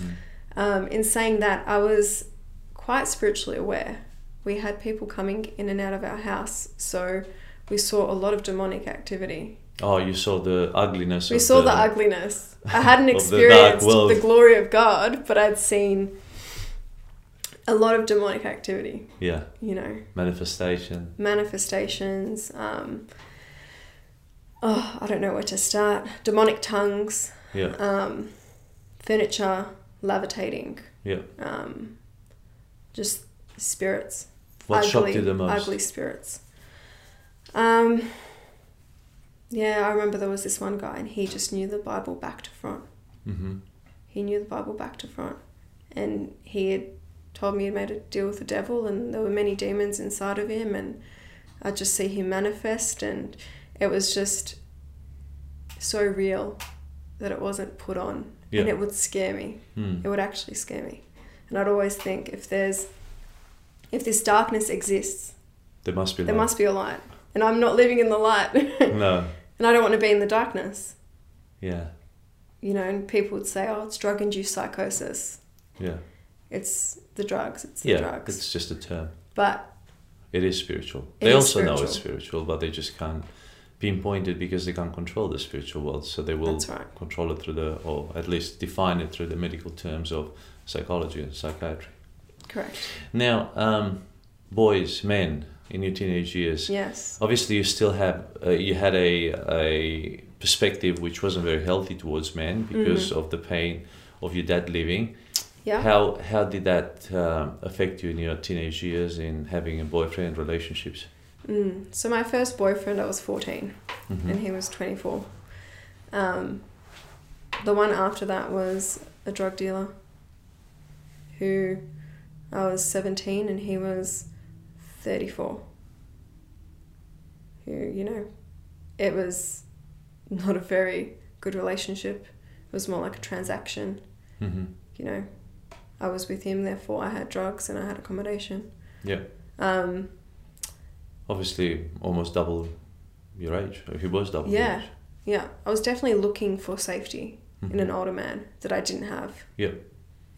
S1: Mm.
S2: Um, in saying that, I was quite spiritually aware. We had people coming in and out of our house, so we saw a lot of demonic activity
S1: oh you saw the ugliness
S2: we
S1: of
S2: saw the, ugliness. I hadn't
S1: of the dark
S2: experienced
S1: world.
S2: the, glory of God, but I'd seen a lot of demonic activity,
S1: yeah
S2: you know,
S1: manifestation
S2: manifestations. Um, oh, I don't know where to start. Demonic tongues,
S1: yeah
S2: um, furniture, levitating,
S1: yeah
S2: um, just spirits
S1: what
S2: ugly,
S1: shocked you the most
S2: Ugly spirits. Um, yeah, I remember there was this one guy, and he just knew the Bible back to front.
S1: mm-hmm.
S2: He knew the Bible back to front, and he had told me he made a deal with the devil, and there were many demons inside of him, and I just see him manifest, and it was just so real that it wasn't put on,
S1: Yeah.
S2: and it would scare me
S1: mm.
S2: it would actually scare me and i'd always think if there's if this darkness exists
S1: there must be
S2: there
S1: light.
S2: must be a light and i'm not living in the light and
S1: no
S2: i don't want to be in the darkness
S1: yeah
S2: you know and people would say oh it's drug induced psychosis
S1: yeah
S2: it's the drugs it's the
S1: yeah
S2: drugs
S1: it's just a term
S2: but
S1: It is spiritual.
S2: It
S1: they
S2: is
S1: also know it's spiritual, but they just can't pinpoint it because they can't control the spiritual world. So they will
S2: that's right
S1: control it through the, or at least define it through the medical terms of psychology and psychiatry.
S2: correct
S1: Now, um, boys, men, in your teenage years,
S2: yes
S1: obviously you still have uh, you had a a perspective which wasn't very healthy towards men because of the pain of your dad leaving.
S2: Mm-hmm. yeah
S1: How how did that um, affect you in your teenage years in having a boyfriend relationships?
S2: mm. so my first boyfriend i was 14
S1: Mhm.
S2: and he was 24 um, the one after that was a drug dealer who I was 17 and he was 34. Who, you know, it was not a very good relationship. It was more like a transaction.
S1: Mm-hmm.
S2: You know, I was with him, therefore I had drugs and I had accommodation.
S1: Yeah.
S2: Um,
S1: obviously almost double your age. He was double. your
S2: Yeah.
S1: age.
S2: Yeah. I was definitely looking for safety in an older man that I didn't have
S1: Mm-hmm. Yeah.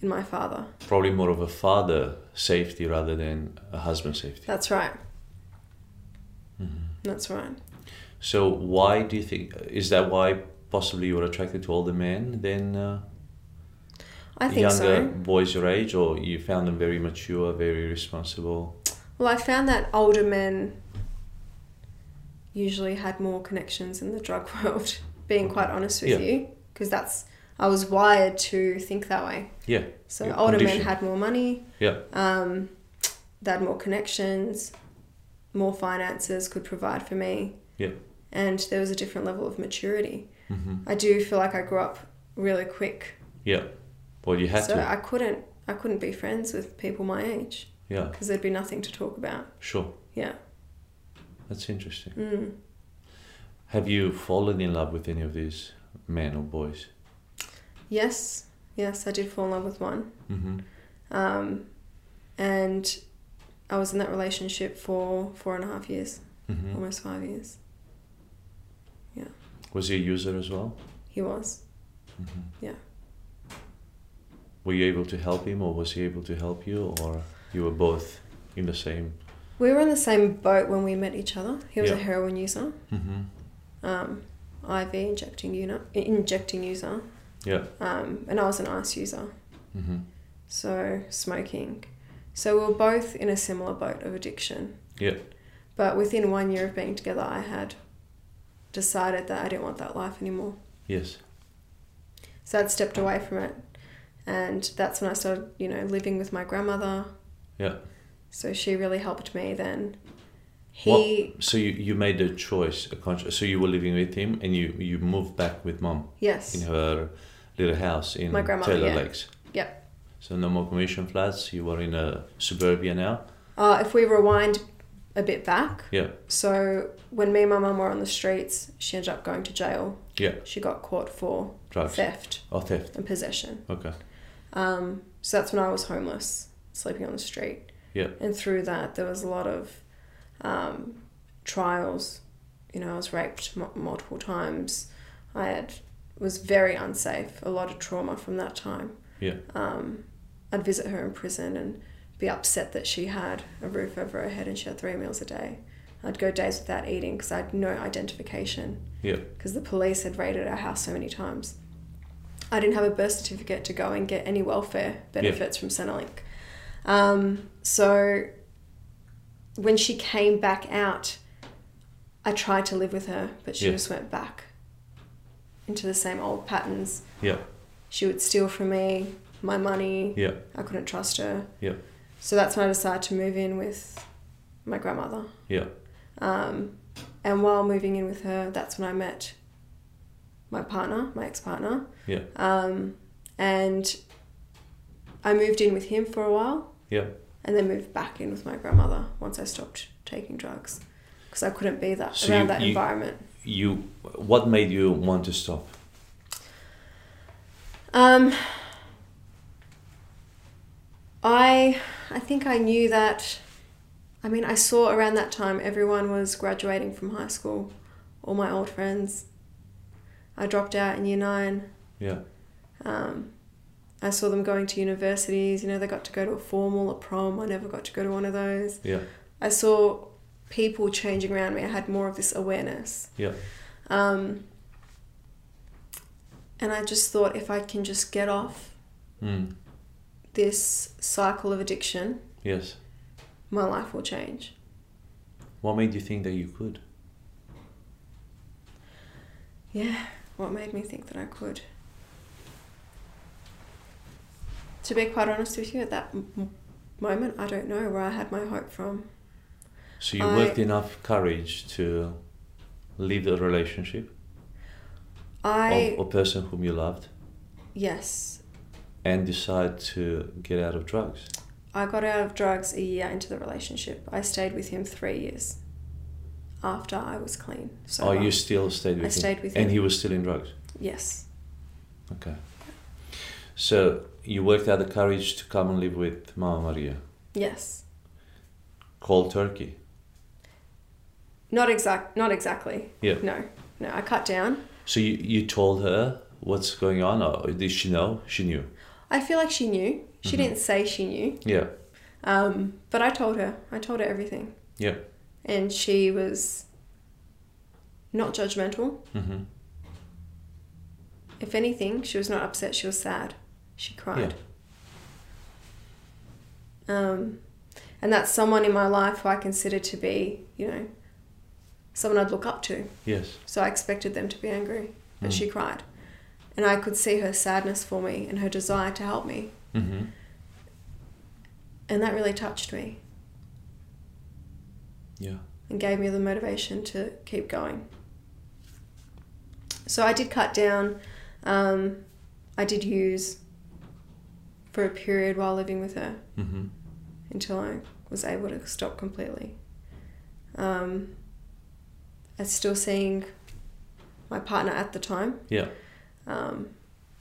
S2: in my father.
S1: Probably more of a father safety rather than a husband safety.
S2: That's right.
S1: Mm-hmm.
S2: That's right.
S1: So why do you think is that why possibly you were attracted to older men than uh,
S2: I think
S1: younger
S2: so.
S1: boys your age, or you found them very mature, very responsible?
S2: Well, I found that older men usually had more connections in the drug world, being quite honest with
S1: Yeah.
S2: you. 'Cause you, because that's I was wired to think that way.
S1: Yeah.
S2: So
S1: Yeah,
S2: older men
S1: conditioned.
S2: had more money,
S1: Yeah.
S2: um, they had more connections, more finances could provide for me,
S1: Yeah.
S2: and there was a different level of maturity.
S1: Mm-hmm.
S2: I do feel like I grew up really quick,
S1: Yeah. Well, you had
S2: so
S1: to.
S2: I couldn't I couldn't be friends with people my age
S1: Yeah.
S2: because there'd be nothing to talk about.
S1: Sure.
S2: Yeah.
S1: That's interesting.
S2: Mm.
S1: Have you fallen in love with any of these men or boys?
S2: Yes, yes, I did fall in love with one.
S1: Mm-hmm.
S2: Um, and I was in that relationship for four and a half years,
S1: Mm-hmm.
S2: almost five years.
S1: Was he a user as well?
S2: He was.
S1: Were you able to help him, or was he able to help you, or you were both in the same?
S2: We were in the same boat when we met each other. He was a
S1: Yeah.
S2: heroin user,
S1: Mm-hmm.
S2: um, IV injecting unit, injecting user,
S1: Yeah.
S2: um, and I was an ice user,
S1: Mm-hmm.
S2: so smoking. So we were both in a similar boat of addiction.
S1: Yeah.
S2: But within one year of being together, I had decided that I didn't want that life anymore.
S1: Yes.
S2: So I'd stepped away from it. And that's when I started, you know, living with my grandmother.
S1: Yeah.
S2: So she really helped me then. He,
S1: What- so you, you made a choice, a conscious. So you were living with him, and you you moved back with mom in
S2: yes.
S1: her little house in
S2: My grandmother,
S1: Taylor
S2: yeah.
S1: Lakes.
S2: Yep.
S1: So no more commission flats. You were in a suburbia now.
S2: Uh, if we rewind a bit back,
S1: Yeah.
S2: so when me and my mum were on the streets, she ended up going to jail.
S1: Yeah.
S2: She got caught for
S1: Drugs.
S2: theft
S1: Oh, theft.
S2: and possession.
S1: Okay.
S2: Um, so that's when I was homeless, sleeping on the street.
S1: Yeah.
S2: And through that, there was a lot of um, trials. You know, I was raped m- multiple times. I had was very unsafe. A lot of trauma from that time.
S1: Yeah.
S2: Um, I'd visit her in prison and be upset that she had a roof over her head and she had three meals a day. I'd go days without eating because I had no identification
S1: Yeah.
S2: because the police had raided our house so many times. I didn't have a birth certificate to go and get any welfare benefits from Centrelink. Um, so when she came back out, I tried to live with her, but she
S1: Yeah.
S2: just went back into the same old patterns.
S1: Yeah.
S2: She would steal from me, my money.
S1: Yeah.
S2: I couldn't trust her.
S1: Yeah.
S2: So that's when I decided to move in with my grandmother.
S1: Yeah.
S2: Um, and while moving in with her, that's when I met my partner, my ex partner.
S1: Yeah.
S2: Um, and I moved in with him for a while
S1: Yeah.
S2: and then moved back in with my grandmother once I stopped taking drugs because I couldn't be that
S1: So
S2: around
S1: you-
S2: that
S1: you-
S2: environment.
S1: You. What made you want to stop?
S2: Um, I I think I knew that. I mean, I saw around that time everyone was graduating from high school, all my old friends. I dropped out in year nine.
S1: Yeah.
S2: Um, I saw them going to universities. You know, they got to go to a formal, a prom. I never got to go to one of those.
S1: Yeah.
S2: I saw people changing around me. I had more of this awareness.
S1: Yeah.
S2: Um, and I just thought if I can just get off
S1: Mm.
S2: this cycle of addiction,
S1: Yes.
S2: my life will change.
S1: What made you think that you could?
S2: Yeah, what made me think that I could? To be quite honest with you, at that m- m- moment, I don't know where I had my hope from.
S1: So you
S2: I-
S1: worked enough courage to leave the relationship
S2: I,
S1: of a person whom you loved
S2: yes,
S1: and decide to get out of drugs.
S2: I got out of drugs a year into the relationship. I stayed with him three years after I was clean. So
S1: or
S2: long.
S1: Oh, you still stayed with
S2: Uh-huh. I
S1: him.
S2: stayed with
S1: and
S2: him.
S1: he was still in drugs.
S2: yes,
S1: Okay. So you worked out the courage to come and live with Mama Maria.
S2: yes,
S1: Cold turkey.
S2: Not exact. Not exactly.
S1: Yeah.
S2: No, no. I cut down.
S1: So you, you told her what's going on, or did she know? She knew.
S2: I feel like she knew.
S1: Mm-hmm.
S2: She didn't say she knew,
S1: Yeah.
S2: um, but I told her. I told her everything,
S1: Yeah.
S2: and she was not judgmental.
S1: Mm-hmm.
S2: If anything, she was not upset. She was sad. She cried. Um, and that's someone in my life who I consider to be, you know, someone I'd look up to.
S1: Yes.
S2: So I expected them to be angry,
S1: Mm.
S2: but she cried. And I could see her sadness for me and her desire to help me.
S1: Mm-hmm.
S2: And that really touched me
S1: Yeah.
S2: and gave me the motivation to keep going. So I did cut down. Um, I did use for a period while living with her
S1: Mm-hmm.
S2: until I was able to stop completely. Um, I was still seeing my partner at the time.
S1: Yeah.
S2: um,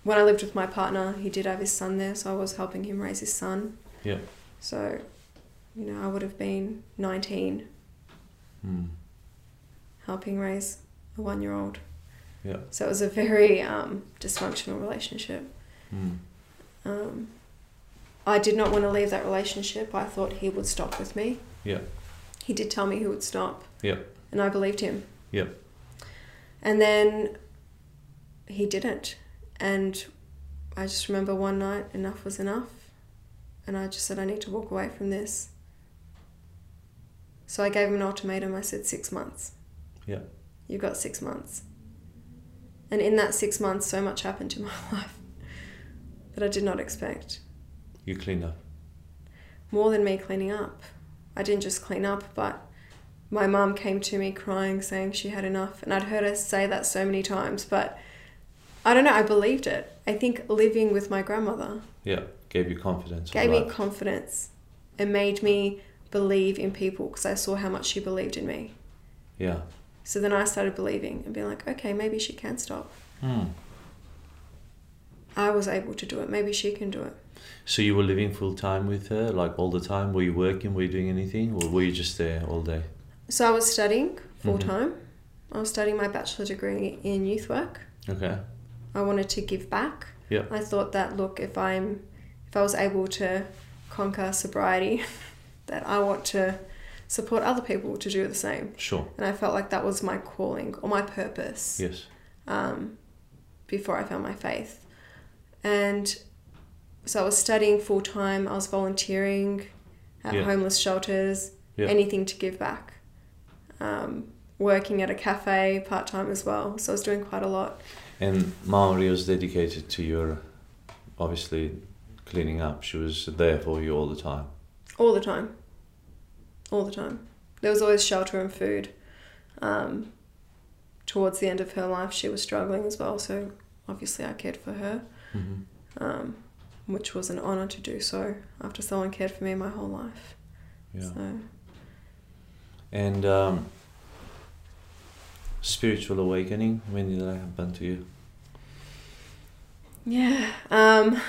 S2: when I lived with my partner, he did have his son there, so I was helping him raise his son.
S1: Yeah.
S2: So, you know, I would have been 19
S1: Mm.
S2: helping raise a one year old.
S1: Yeah.
S2: So it was a very um, dysfunctional relationship.
S1: Mm.
S2: Um, I did not want to leave that relationship. I thought he would stop with me.
S1: Yeah.
S2: He did tell me he would stop.
S1: Yeah.
S2: And I believed him.
S1: Yeah.
S2: And then he didn't. And I just remember one night, enough was enough. And I just said, I need to walk away from this. So I gave him an ultimatum. I said, six months.
S1: Yeah.
S2: You've got six months. And in that six months, so much happened to my life that I did not expect.
S1: You clean up.
S2: More than me cleaning up. I didn't just clean up, but my mum came to me crying, saying she had enough. And I'd heard her say that so many times, but I don't know, I believed it. I think living with my grandmother
S1: Yeah. Gave you confidence.
S2: gave me
S1: Right.
S2: confidence. It made me believe in people because I saw how much she believed in me.
S1: yeah.
S2: So then I started believing and being like, okay, maybe she can stop.
S1: Mm.
S2: I was able to do it. Maybe she can do it.
S1: So you were living full time with her, like all the time? Were you working? Were you doing anything? Or were you just there all day?
S2: So I was studying full time. I was studying my bachelor degree in youth work.
S1: Okay.
S2: I wanted to give back.
S1: Yeah.
S2: I thought that look, if I'm, if I was able to conquer sobriety, that I want to support other people to do the same.
S1: Sure.
S2: And I felt like that was my calling or my purpose
S1: Yes.
S2: um, before I found my faith. And so I was studying full time, I was volunteering at
S1: Yeah.
S2: homeless shelters,
S1: Yeah.
S2: anything to give back. Um, working at a cafe part time as well, so I was doing quite a lot.
S1: And Maori was dedicated to your, obviously, cleaning up. She was there for you all the time.
S2: All the time. All the time. There was always shelter and food. Um, towards the end of her life, she was struggling as well, so obviously I cared for her,
S1: Mhm.
S2: um, which was an honour to do so after someone cared for me my whole life.
S1: Yeah.
S2: So,
S1: And um, spiritual awakening. When did that happen to you?
S2: yeah. Um,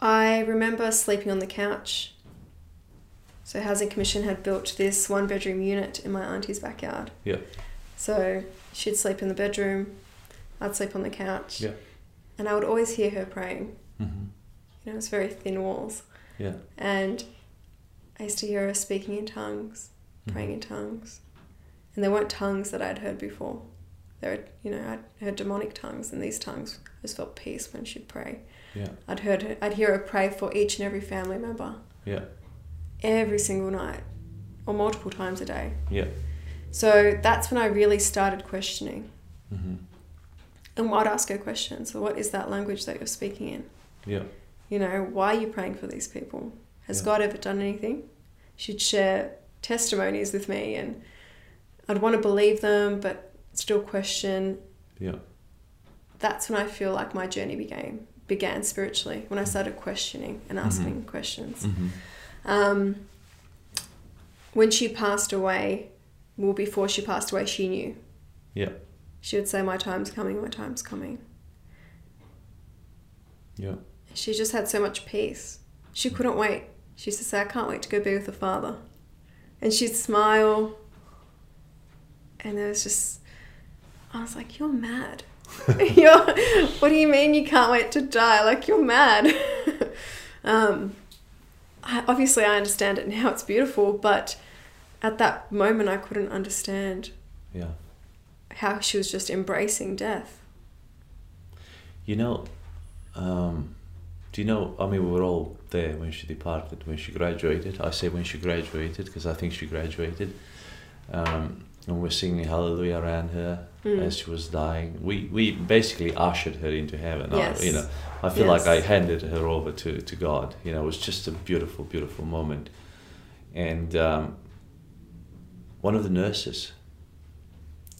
S2: I remember sleeping on the couch. So, Housing Commission had built this one bedroom unit in my auntie's backyard.
S1: Yeah.
S2: So she'd sleep in the bedroom, I'd sleep on the couch.
S1: Yeah.
S2: And I would always hear her praying.
S1: Mm-hmm.
S2: You know, it's very thin walls.
S1: Yeah.
S2: And I used to hear her speaking in tongues, praying
S1: Mm-hmm.
S2: in tongues. And there weren't tongues that I'd heard before. There were, you know, I'd heard demonic tongues, and these tongues I just felt peace when she'd pray.
S1: Yeah.
S2: I'd heard her, I'd hear her pray for each and every family member
S1: Yeah.
S2: every single night or multiple times a day.
S1: Yeah.
S2: So that's when I really started questioning.
S1: Mm-hmm.
S2: And I'd ask her questions. So, what is that language that you're speaking in?
S1: Yeah.
S2: You know, why are you praying for these people? Has
S1: Yeah.
S2: God ever done anything? She'd share testimonies with me, and I'd want to believe them, but still question.
S1: Yeah.
S2: That's when I feel like my journey began began spiritually when I started questioning and asking questions.
S1: Mm-hmm.
S2: Um, when she passed away, well, before she passed away, she knew.
S1: Yeah.
S2: She would say, "My time's coming. My time's coming."
S1: Yeah.
S2: She just had so much peace. She couldn't wait. She used to say, I can't wait to go be with her father. And she'd smile. And it was just, I was like, you're mad. you're, what do you mean you can't wait to die? Like, you're mad. um, I, obviously, I understand it now. It's beautiful. But at that moment, I couldn't understand
S1: Yeah.
S2: how she was just embracing death.
S1: You know, um, do you know? I mean, we were all there when she departed, when she graduated. I say when she graduated because I think she graduated. Um, and we're singing Hallelujah around her as she was dying. We we basically ushered her into heaven. I, you
S2: Yes.
S1: know, I feel like I
S2: Yes.
S1: handed her over to, to God. You know, it was just a beautiful, beautiful moment. And um, one of the nurses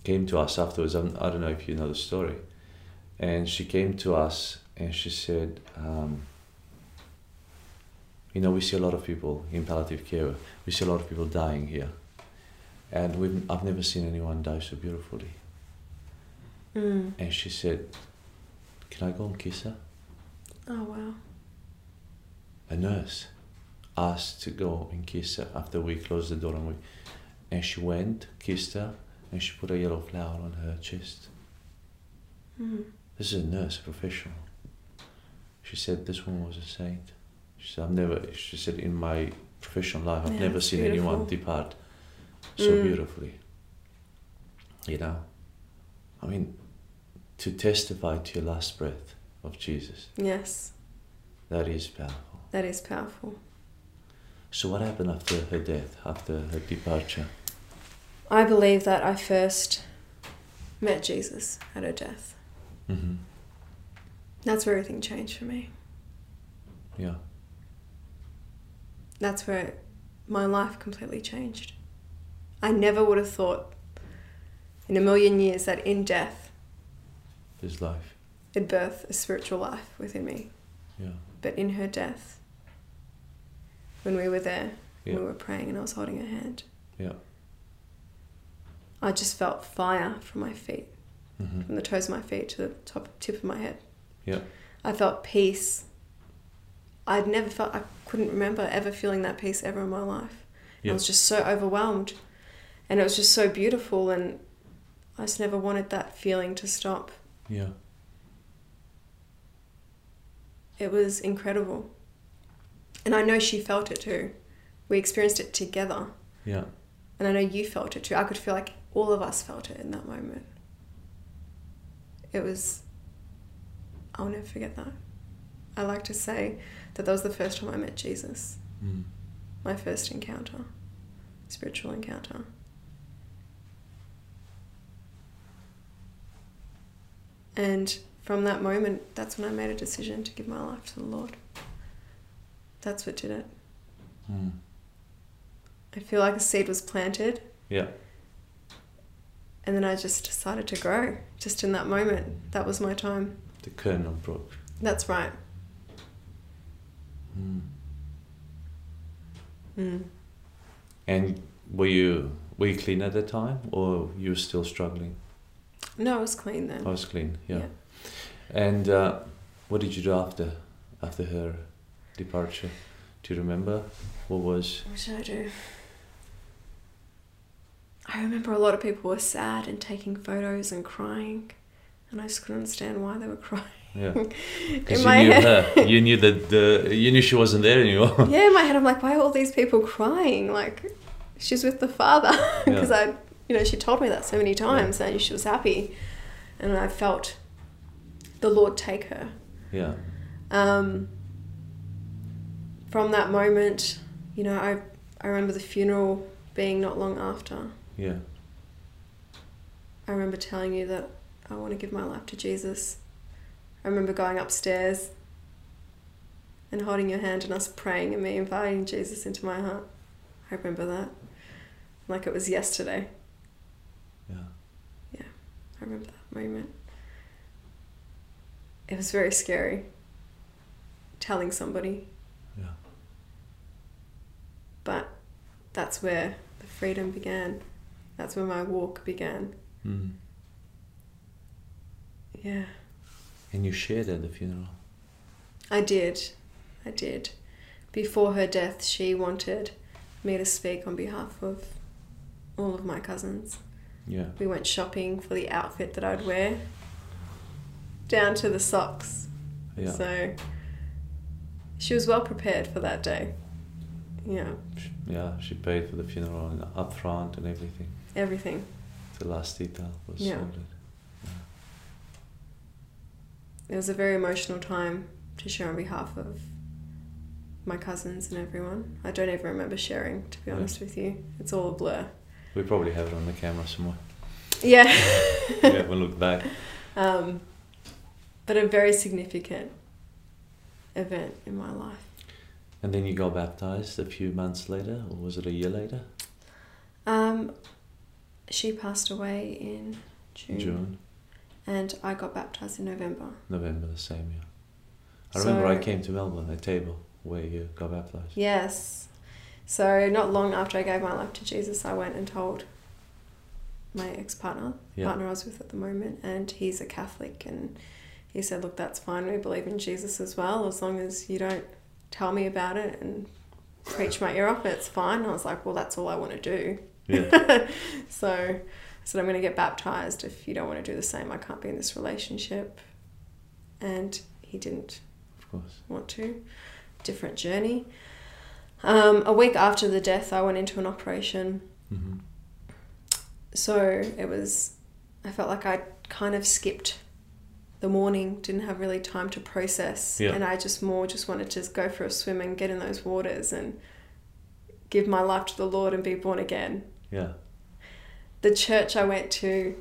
S1: came to us afterwards. I'm, I don't know if you know the story. And she came to us and she said, um, You know, we see a lot of people in palliative care, we see a lot of people dying here. And we've, I've never seen anyone die so beautifully.
S2: Mm.
S1: And she said, Can I go and kiss her?
S2: Oh, wow.
S1: a nurse asked to go and kiss her after we closed the door and we and she went kissed her and she put a yellow flower on her chest
S2: Mm.
S1: this is a nurse a professional she said this one was a saint she said i've never she said in my professional life i've
S2: Yeah,
S1: never
S2: it's
S1: seen anyone
S2: beautiful.
S1: depart so
S2: Mm.
S1: beautifully you know i mean to testify to your last breath of jesus
S2: Yes,
S1: that is powerful
S2: that is powerful.
S1: so what happened after her death after her departure
S2: I believe that I first met Jesus at her death.
S1: Mm-hmm.
S2: That's where everything changed for me.
S1: Yeah.
S2: That's where my life completely changed. I never would have thought in a million years that in death,
S1: His life.
S2: it'd birth a spiritual life within me.
S1: Yeah.
S2: But in her death, when we were there,
S1: Yeah.
S2: we were praying and I was holding her hand,
S1: Yeah.
S2: I just felt fire from my feet,
S1: Mm-hmm.
S2: from the toes of my feet to the top tip of my head.
S1: Yeah.
S2: I felt peace. I'd never felt, I couldn't remember ever feeling that peace ever in my life.
S1: Yeah.
S2: I was just so overwhelmed. And it was just so beautiful. And I just never wanted that feeling to stop.
S1: Yeah.
S2: It was incredible. And I know she felt it too. We experienced it together.
S1: Yeah.
S2: And I know you felt it too. I could feel like all of us felt it in that moment. It was, I'll never forget that. I like to say that that was the first time I met Jesus.
S1: Mm.
S2: my first encounter, spiritual encounter. And from that moment, that's when I made a decision to give my life to the Lord. That's what did it.
S1: Mm.
S2: I feel like a seed was planted,
S1: Yeah.
S2: and then I just decided to grow just in that moment. That was my time.
S1: The kernel broke.
S2: That's right.
S1: Mm.
S2: Mm.
S1: And were you were you clean at the time, or you were still struggling?
S2: No, I was clean then.
S1: I was clean. Yeah. And uh, what did you do after after her departure? Do you remember what was?
S2: What should I do? I remember a lot of people were sad and taking photos and crying, and I just couldn't understand why they were crying.
S1: Yeah.
S2: In
S1: Because you
S2: my
S1: knew
S2: head-
S1: her. You knew that the you knew she wasn't there anymore.
S2: yeah, in my head, I'm like, why are all these people crying? Like, she's with the father because
S1: Yeah.
S2: I, you know, she told me that so many times, and I knew she was happy, and I felt the Lord take her.
S1: yeah.
S2: um, from that moment, you know, I, I remember the funeral being not long after.
S1: Yeah.
S2: I remember telling you that I want to give my life to Jesus. I remember going upstairs and holding your hand and us praying and me inviting Jesus into my heart. I remember that. Like it was yesterday.
S1: Yeah.
S2: I remember that moment. It was very scary telling somebody.
S1: Yeah.
S2: But that's where the freedom began. That's where my walk began.
S1: Mm.
S2: Yeah.
S1: And you shared at the funeral.
S2: I did. I did. before her death, she wanted me to speak on behalf of all of my cousins.
S1: Yeah.
S2: We went shopping for the outfit that I'd wear, down to the socks.
S1: Yeah.
S2: So she was well prepared for that day. Yeah,
S1: Sh- Yeah, she paid for the funeral and upfront and everything.
S2: everything.
S1: The last detail was
S2: Yeah.
S1: sorted.
S2: It was a very emotional time to share on behalf of my cousins and everyone. I don't even remember sharing, to be
S1: Yeah.
S2: honest with you. It's all a blur.
S1: We probably have it on the camera somewhere.
S2: Yeah.
S1: we haven't looked back.
S2: Um, but a very significant event in my life.
S1: And then you got baptized a few months later, or was it a year later?
S2: Um, she passed away in June,
S1: June,
S2: and I got baptized in November.
S1: November, the same year. I
S2: So-
S1: remember I came to Melbourne, a table where you got baptized.
S2: Yes. So not long after I gave my life to Jesus, I went and told my ex partner,
S1: Yeah.
S2: partner I was with at the moment, and he's a Catholic, and he said, "Look, that's fine. We believe in Jesus as well, as long as you don't tell me about it and preach my ear off. It's fine." I was like, "Well, that's all I want to do."
S1: Yeah.
S2: So I said, I'm going to get baptized. If you don't want to do the same, I can't be in this relationship. And he didn't
S1: of course.
S2: want to. Different journey. Um, a week after the death, I went into an operation.
S1: hmm
S2: So it was, I felt like I kind of skipped the morning, didn't have really time to process.
S1: Yeah.
S2: And I just more just wanted to go for a swim and get in those waters and give my life to the Lord and be born again.
S1: Yeah.
S2: the church I went to,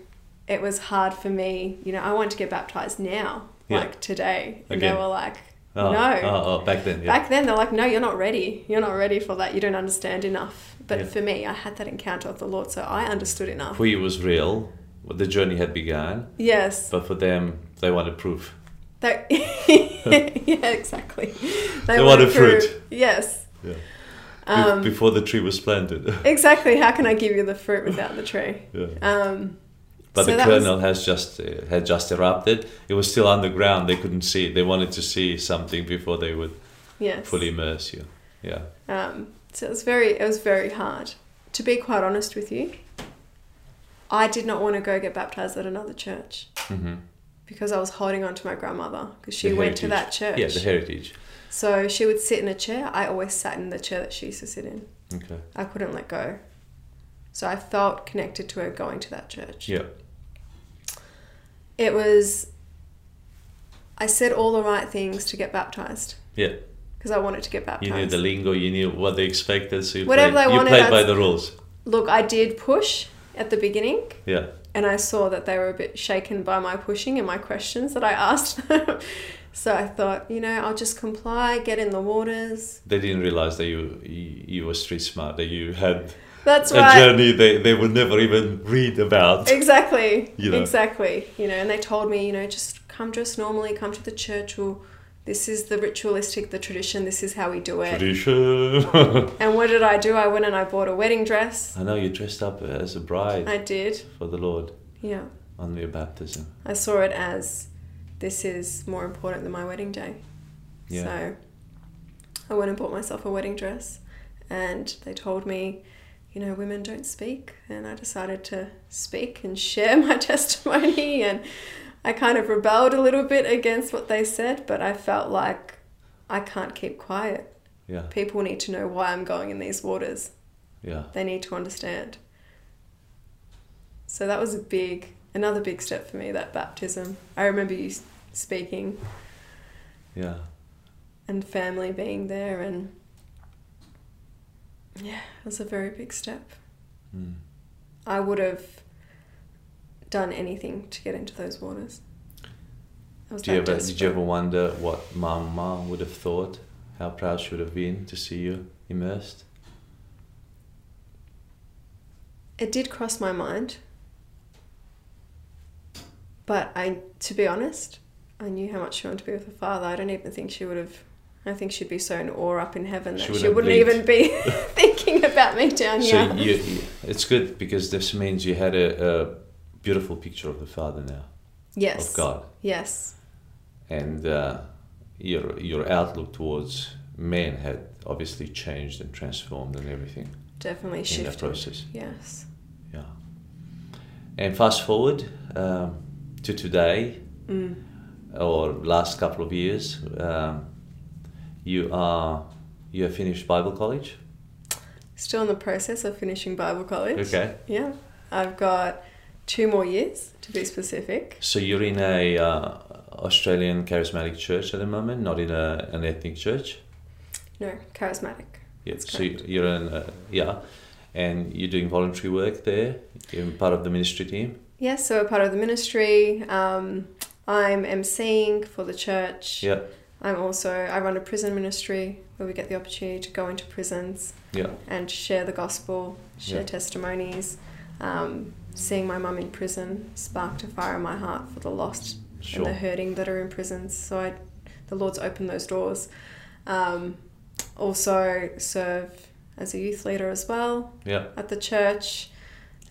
S2: it was hard for me. You know, I want to get baptized now,
S1: Yeah.
S2: like today. And
S1: Again.
S2: they were like,
S1: Oh,
S2: no.
S1: Oh, oh, back then, yeah.
S2: Back then, they're like, no, you're not ready. You're not ready for that. You don't understand enough. But
S1: Yeah.
S2: for me, I had that encounter with the Lord, so I understood enough.
S1: For you, it was real. but The journey had begun,
S2: yes.
S1: but for them, they wanted proof.
S2: That, yeah, exactly. They,
S1: wanted
S2: prove-
S1: fruit.
S2: Yes.
S1: Yeah.
S2: Um,
S1: Before the tree was planted.
S2: exactly. How can I give you the fruit without the tree?
S1: yeah.
S2: Um,
S1: But
S2: So
S1: the
S2: that was-
S1: kernel has just uh, had just erupted. It was still underground. They couldn't see. it. They wanted to see something before they would
S2: yes.
S1: fully immerse you. Yeah.
S2: Um, so it was very it was very hard. To be quite honest with you, I did not want to go get baptized at another church
S1: Mm-hmm.
S2: because I was holding on to my grandmother because she went to that church.
S1: Yeah, the heritage.
S2: so she would sit in a chair. I always sat in the chair that she used to sit in.
S1: Okay.
S2: I couldn't let go. So I felt connected to her going to that church.
S1: Yeah.
S2: It was I said all the right things to get baptized
S1: Yeah.
S2: because I wanted to get baptized.
S1: You knew the lingo. You knew what they expected. So you
S2: Whatever
S1: played,
S2: they
S1: you
S2: wanted,
S1: played by
S2: that's-
S1: the rules.
S2: Look, I did push at the beginning.
S1: Yeah.
S2: and I saw that they were a bit shaken by my pushing and my questions that I asked them. so I thought, you know, I'll just comply, get in the waters.
S1: They didn't realize that you you, you were street smart. That you had
S2: That's
S1: a
S2: right.
S1: journey they, they would never even read about.
S2: Exactly.
S1: You know.
S2: Exactly. You know, and they told me, you know, just come dress normally, come to the church. We'll, this is the ritualistic, the tradition. This is how we do it.
S1: Tradition.
S2: And what did I do? I went and I bought a wedding dress.
S1: I know you dressed up as a bride
S2: I did.
S1: for the Lord
S2: Yeah.
S1: on your baptism.
S2: I saw it as this is more important than my wedding day.
S1: Yeah.
S2: So I went and bought myself a wedding dress, and they told me, you know, women don't speak. And I decided to speak and share my testimony. And I kind of rebelled a little bit against what they said, but I felt like I can't keep quiet.
S1: Yeah.
S2: People need to know why I'm going in these waters,
S1: Yeah.
S2: they need to understand. So that was a big, another big step for me, that baptism. I remember you s- speaking
S1: Yeah.
S2: and family being there and yeah it was a very big step
S1: Mm.
S2: i would have done anything to get into those waters I was
S1: Do you
S2: that
S1: ever did you
S2: desperate.
S1: ever wonder what my mom would have thought? How proud she would have been to see you immersed?
S2: it did cross my mind but i to be honest i knew how much she wanted to be with her father i don't even think she would have i think she'd be so in awe up in heaven that
S1: She
S2: she,
S1: wouldn't
S2: wouldn't
S1: blink.
S2: even be thinking about me down here
S1: So you, you, it's good because this means you had a, a beautiful picture of the Father now, of
S2: yes
S1: Oh, God,
S2: yes
S1: and uh, your your outlook towards men had obviously changed and transformed and everything
S2: Definitely
S1: in that
S2: shifted.
S1: process.
S2: Yes.
S1: Yeah. And fast forward um, to today
S2: Mm.
S1: or last couple of years, um, you are you have finished Bible college.
S2: Still in the process of finishing Bible college.
S1: Okay.
S2: Yeah. I've got two more years to be specific.
S1: So you're in a uh, Australian charismatic church at the moment, not in a, an ethnic church.
S2: No, charismatic.
S1: Yeah.
S2: That's
S1: So you're in a, yeah, and you're doing voluntary work there. You're part of the ministry team.
S2: Yeah, so a part of the ministry. Um, I'm emceeing for the church.
S1: Yeah.
S2: I'm also I run a prison ministry where we get the opportunity to go into prisons
S1: Yeah.
S2: and share the gospel, share
S1: Yeah.
S2: testimonies. Um, seeing my mum in prison sparked a fire in my heart for the lost
S1: Sure.
S2: and the hurting that are in prisons. So I, the Lord's opened those doors. Um, also serve as a youth leader as well
S1: Yeah.
S2: at the church.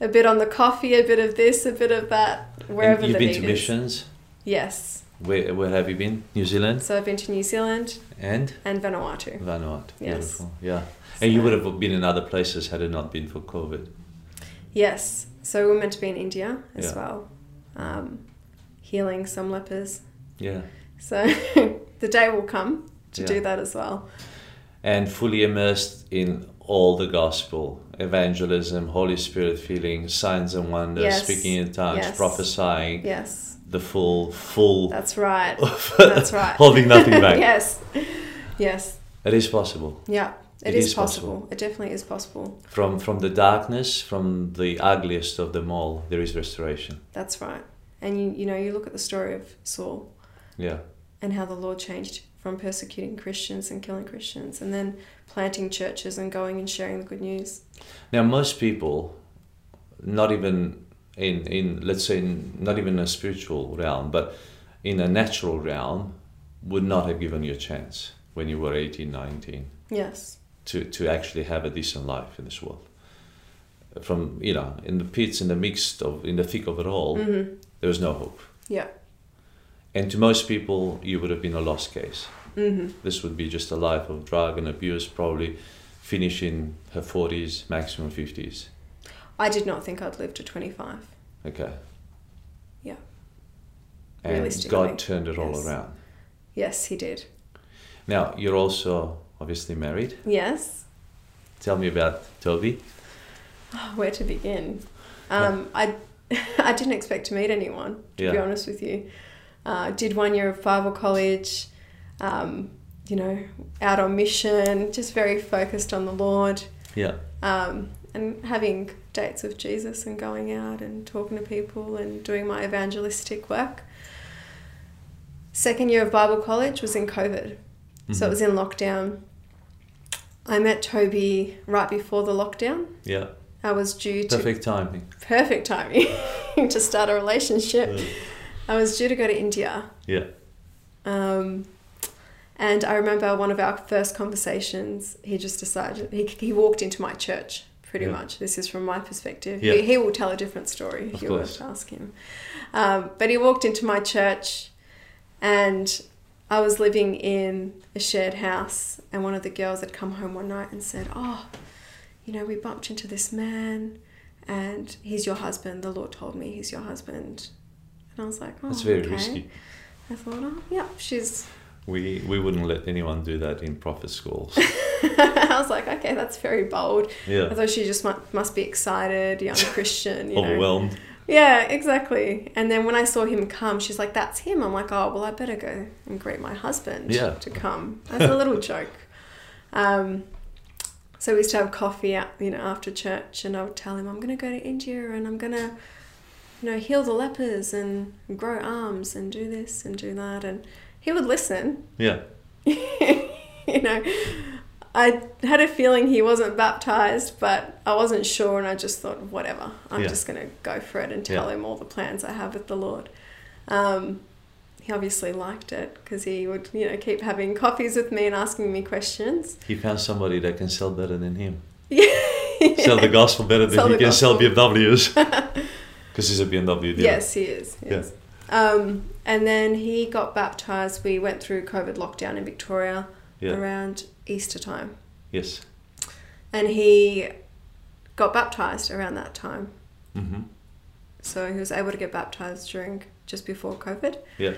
S2: A bit on the coffee, a bit of this, a bit of that, wherever
S1: and you've
S2: the
S1: been
S2: need
S1: to
S2: is.
S1: missions.
S2: Yes.
S1: Where, where have you been? New Zealand
S2: So I've been to New Zealand
S1: and
S2: and Vanuatu.
S1: Vanuatu.
S2: Yes.
S1: Beautiful. Yeah. And you would have been in other places had it not been for COVID.
S2: Yes. So we we're meant to be in India as
S1: Yeah.
S2: well, um, healing some lepers.
S1: Yeah.
S2: So the day will come to
S1: Yeah.
S2: do that as well.
S1: And fully immersed in all the gospel, evangelism, Holy Spirit feeling, signs and wonders,
S2: Yes.
S1: speaking in tongues,
S2: Yes.
S1: prophesying,
S2: Yes.
S1: the full, full,
S2: That's right. That's right.
S1: holding nothing back.
S2: yes. Yes.
S1: It is possible.
S2: Yeah.
S1: It
S2: it is,
S1: is
S2: possible.
S1: possible.
S2: It definitely is possible.
S1: From from the darkness, from the ugliest of them all, there is restoration.
S2: That's right. And you, you know, you look at the story of Saul.
S1: Yeah.
S2: and how the law changed from persecuting Christians and killing Christians and then planting churches and going and sharing the good news.
S1: Now, most people, not even in in let's say in, not even a spiritual realm, but in a natural realm, would not have given you a chance when you were 18, 19
S2: Yes.
S1: to to actually have a decent life in this world. From you know, in the pits, in the midst of, in the thick of it all, there was no hope.
S2: Yeah.
S1: And to most people, you would have been a lost case.
S2: Mm-hmm.
S1: This would be just a life of drug and abuse, probably finishing her 40s, maximum 50s.
S2: I did not think I'd live to 25.
S1: Okay.
S2: Yeah.
S1: And
S2: Realistically,
S1: God turned it all
S2: yes.
S1: around.
S2: Yes, he did.
S1: Now, you're also obviously married.
S2: Yes.
S1: Tell me about Toby.
S2: Oh, where to begin? Um, I, I didn't expect to meet anyone, to be
S1: Yeah.
S2: honest with you. Uh, did one year of Bible college, um, you know, out on mission, just very focused on the Lord.
S1: Yeah.
S2: um, and having dates with Jesus and going out and talking to people and doing my evangelistic work. Second year of Bible college was in COVID, so it was in lockdown. I met Toby right before the lockdown.
S1: Yeah.
S2: I was due to
S1: Perfect timing.
S2: perfect timing to start a relationship.
S1: Yeah.
S2: I was due to go to India
S1: Yeah.
S2: um, and I remember one of our first conversations, he just decided, he, he walked into my church pretty
S1: Yeah.
S2: much. This is from my perspective.
S1: Yeah.
S2: He, he will tell a different story if
S1: Of
S2: you
S1: course.
S2: were to ask him. Um, but he walked into my church and I was living in a shared house. And one of the girls had come home one night and said, Oh, you know, we bumped into this man and he's your husband. The Lord told me he's your husband. And I was like, Oh,
S1: That's very
S2: okay.
S1: risky.
S2: I thought, oh, yeah, she's.
S1: We, we wouldn't let anyone do that in profit schools.
S2: I was like, okay, that's very bold. I
S1: Yeah. Oh,
S2: thought she just must, must be excited, young Christian. You know.
S1: Overwhelmed.
S2: Yeah, exactly. And then when I saw him come, she's like, that's him. I'm like, oh, well, I better go and greet my husband
S1: Yeah.
S2: to come. That's a little joke. Um, so we used to have coffee, at, you know, after church, and I would tell him, I'm going to go to India and I'm going to, you know, heal the lepers and grow arms and do this and do that. And he would listen.
S1: Yeah.
S2: you know, I had a feeling he wasn't baptized, but I wasn't sure, and I just thought, whatever, I'm
S1: Yeah.
S2: just going to go for it and tell
S1: Yeah.
S2: him all the plans I have with the Lord. Um, he obviously liked it because he would, you know, keep having coffees with me and asking me questions.
S1: He found somebody that can sell better than him.
S2: Yeah.
S1: Sell the gospel better than
S2: Sell
S1: he
S2: the
S1: can sell
S2: gospel.
S1: BMWs. Because he's a BMW dealer.
S2: Yes, he is.
S1: Yeah.
S2: Yes. Um, and then he got baptized. We went through COVID lockdown in Victoria.
S1: Yeah.
S2: around Easter time.
S1: Yes.
S2: And he got baptized around that time.
S1: Mm-hmm.
S2: So he was able to get baptized during just before COVID.
S1: Yeah.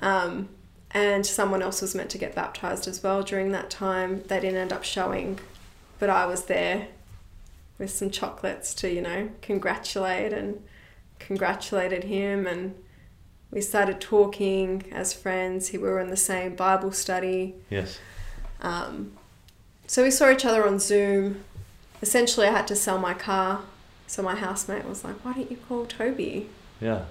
S2: Um, and someone else was meant to get baptized as well during that time. They didn't end up showing, but I was there with some chocolates to, you know, congratulate and congratulated him. And we started talking as friends. He- We were in the same Bible study.
S1: Yes.
S2: Um, so we saw each other on Zoom. Essentially, I had to sell my car. So my housemate was like, why don't you call Toby?
S1: Yeah.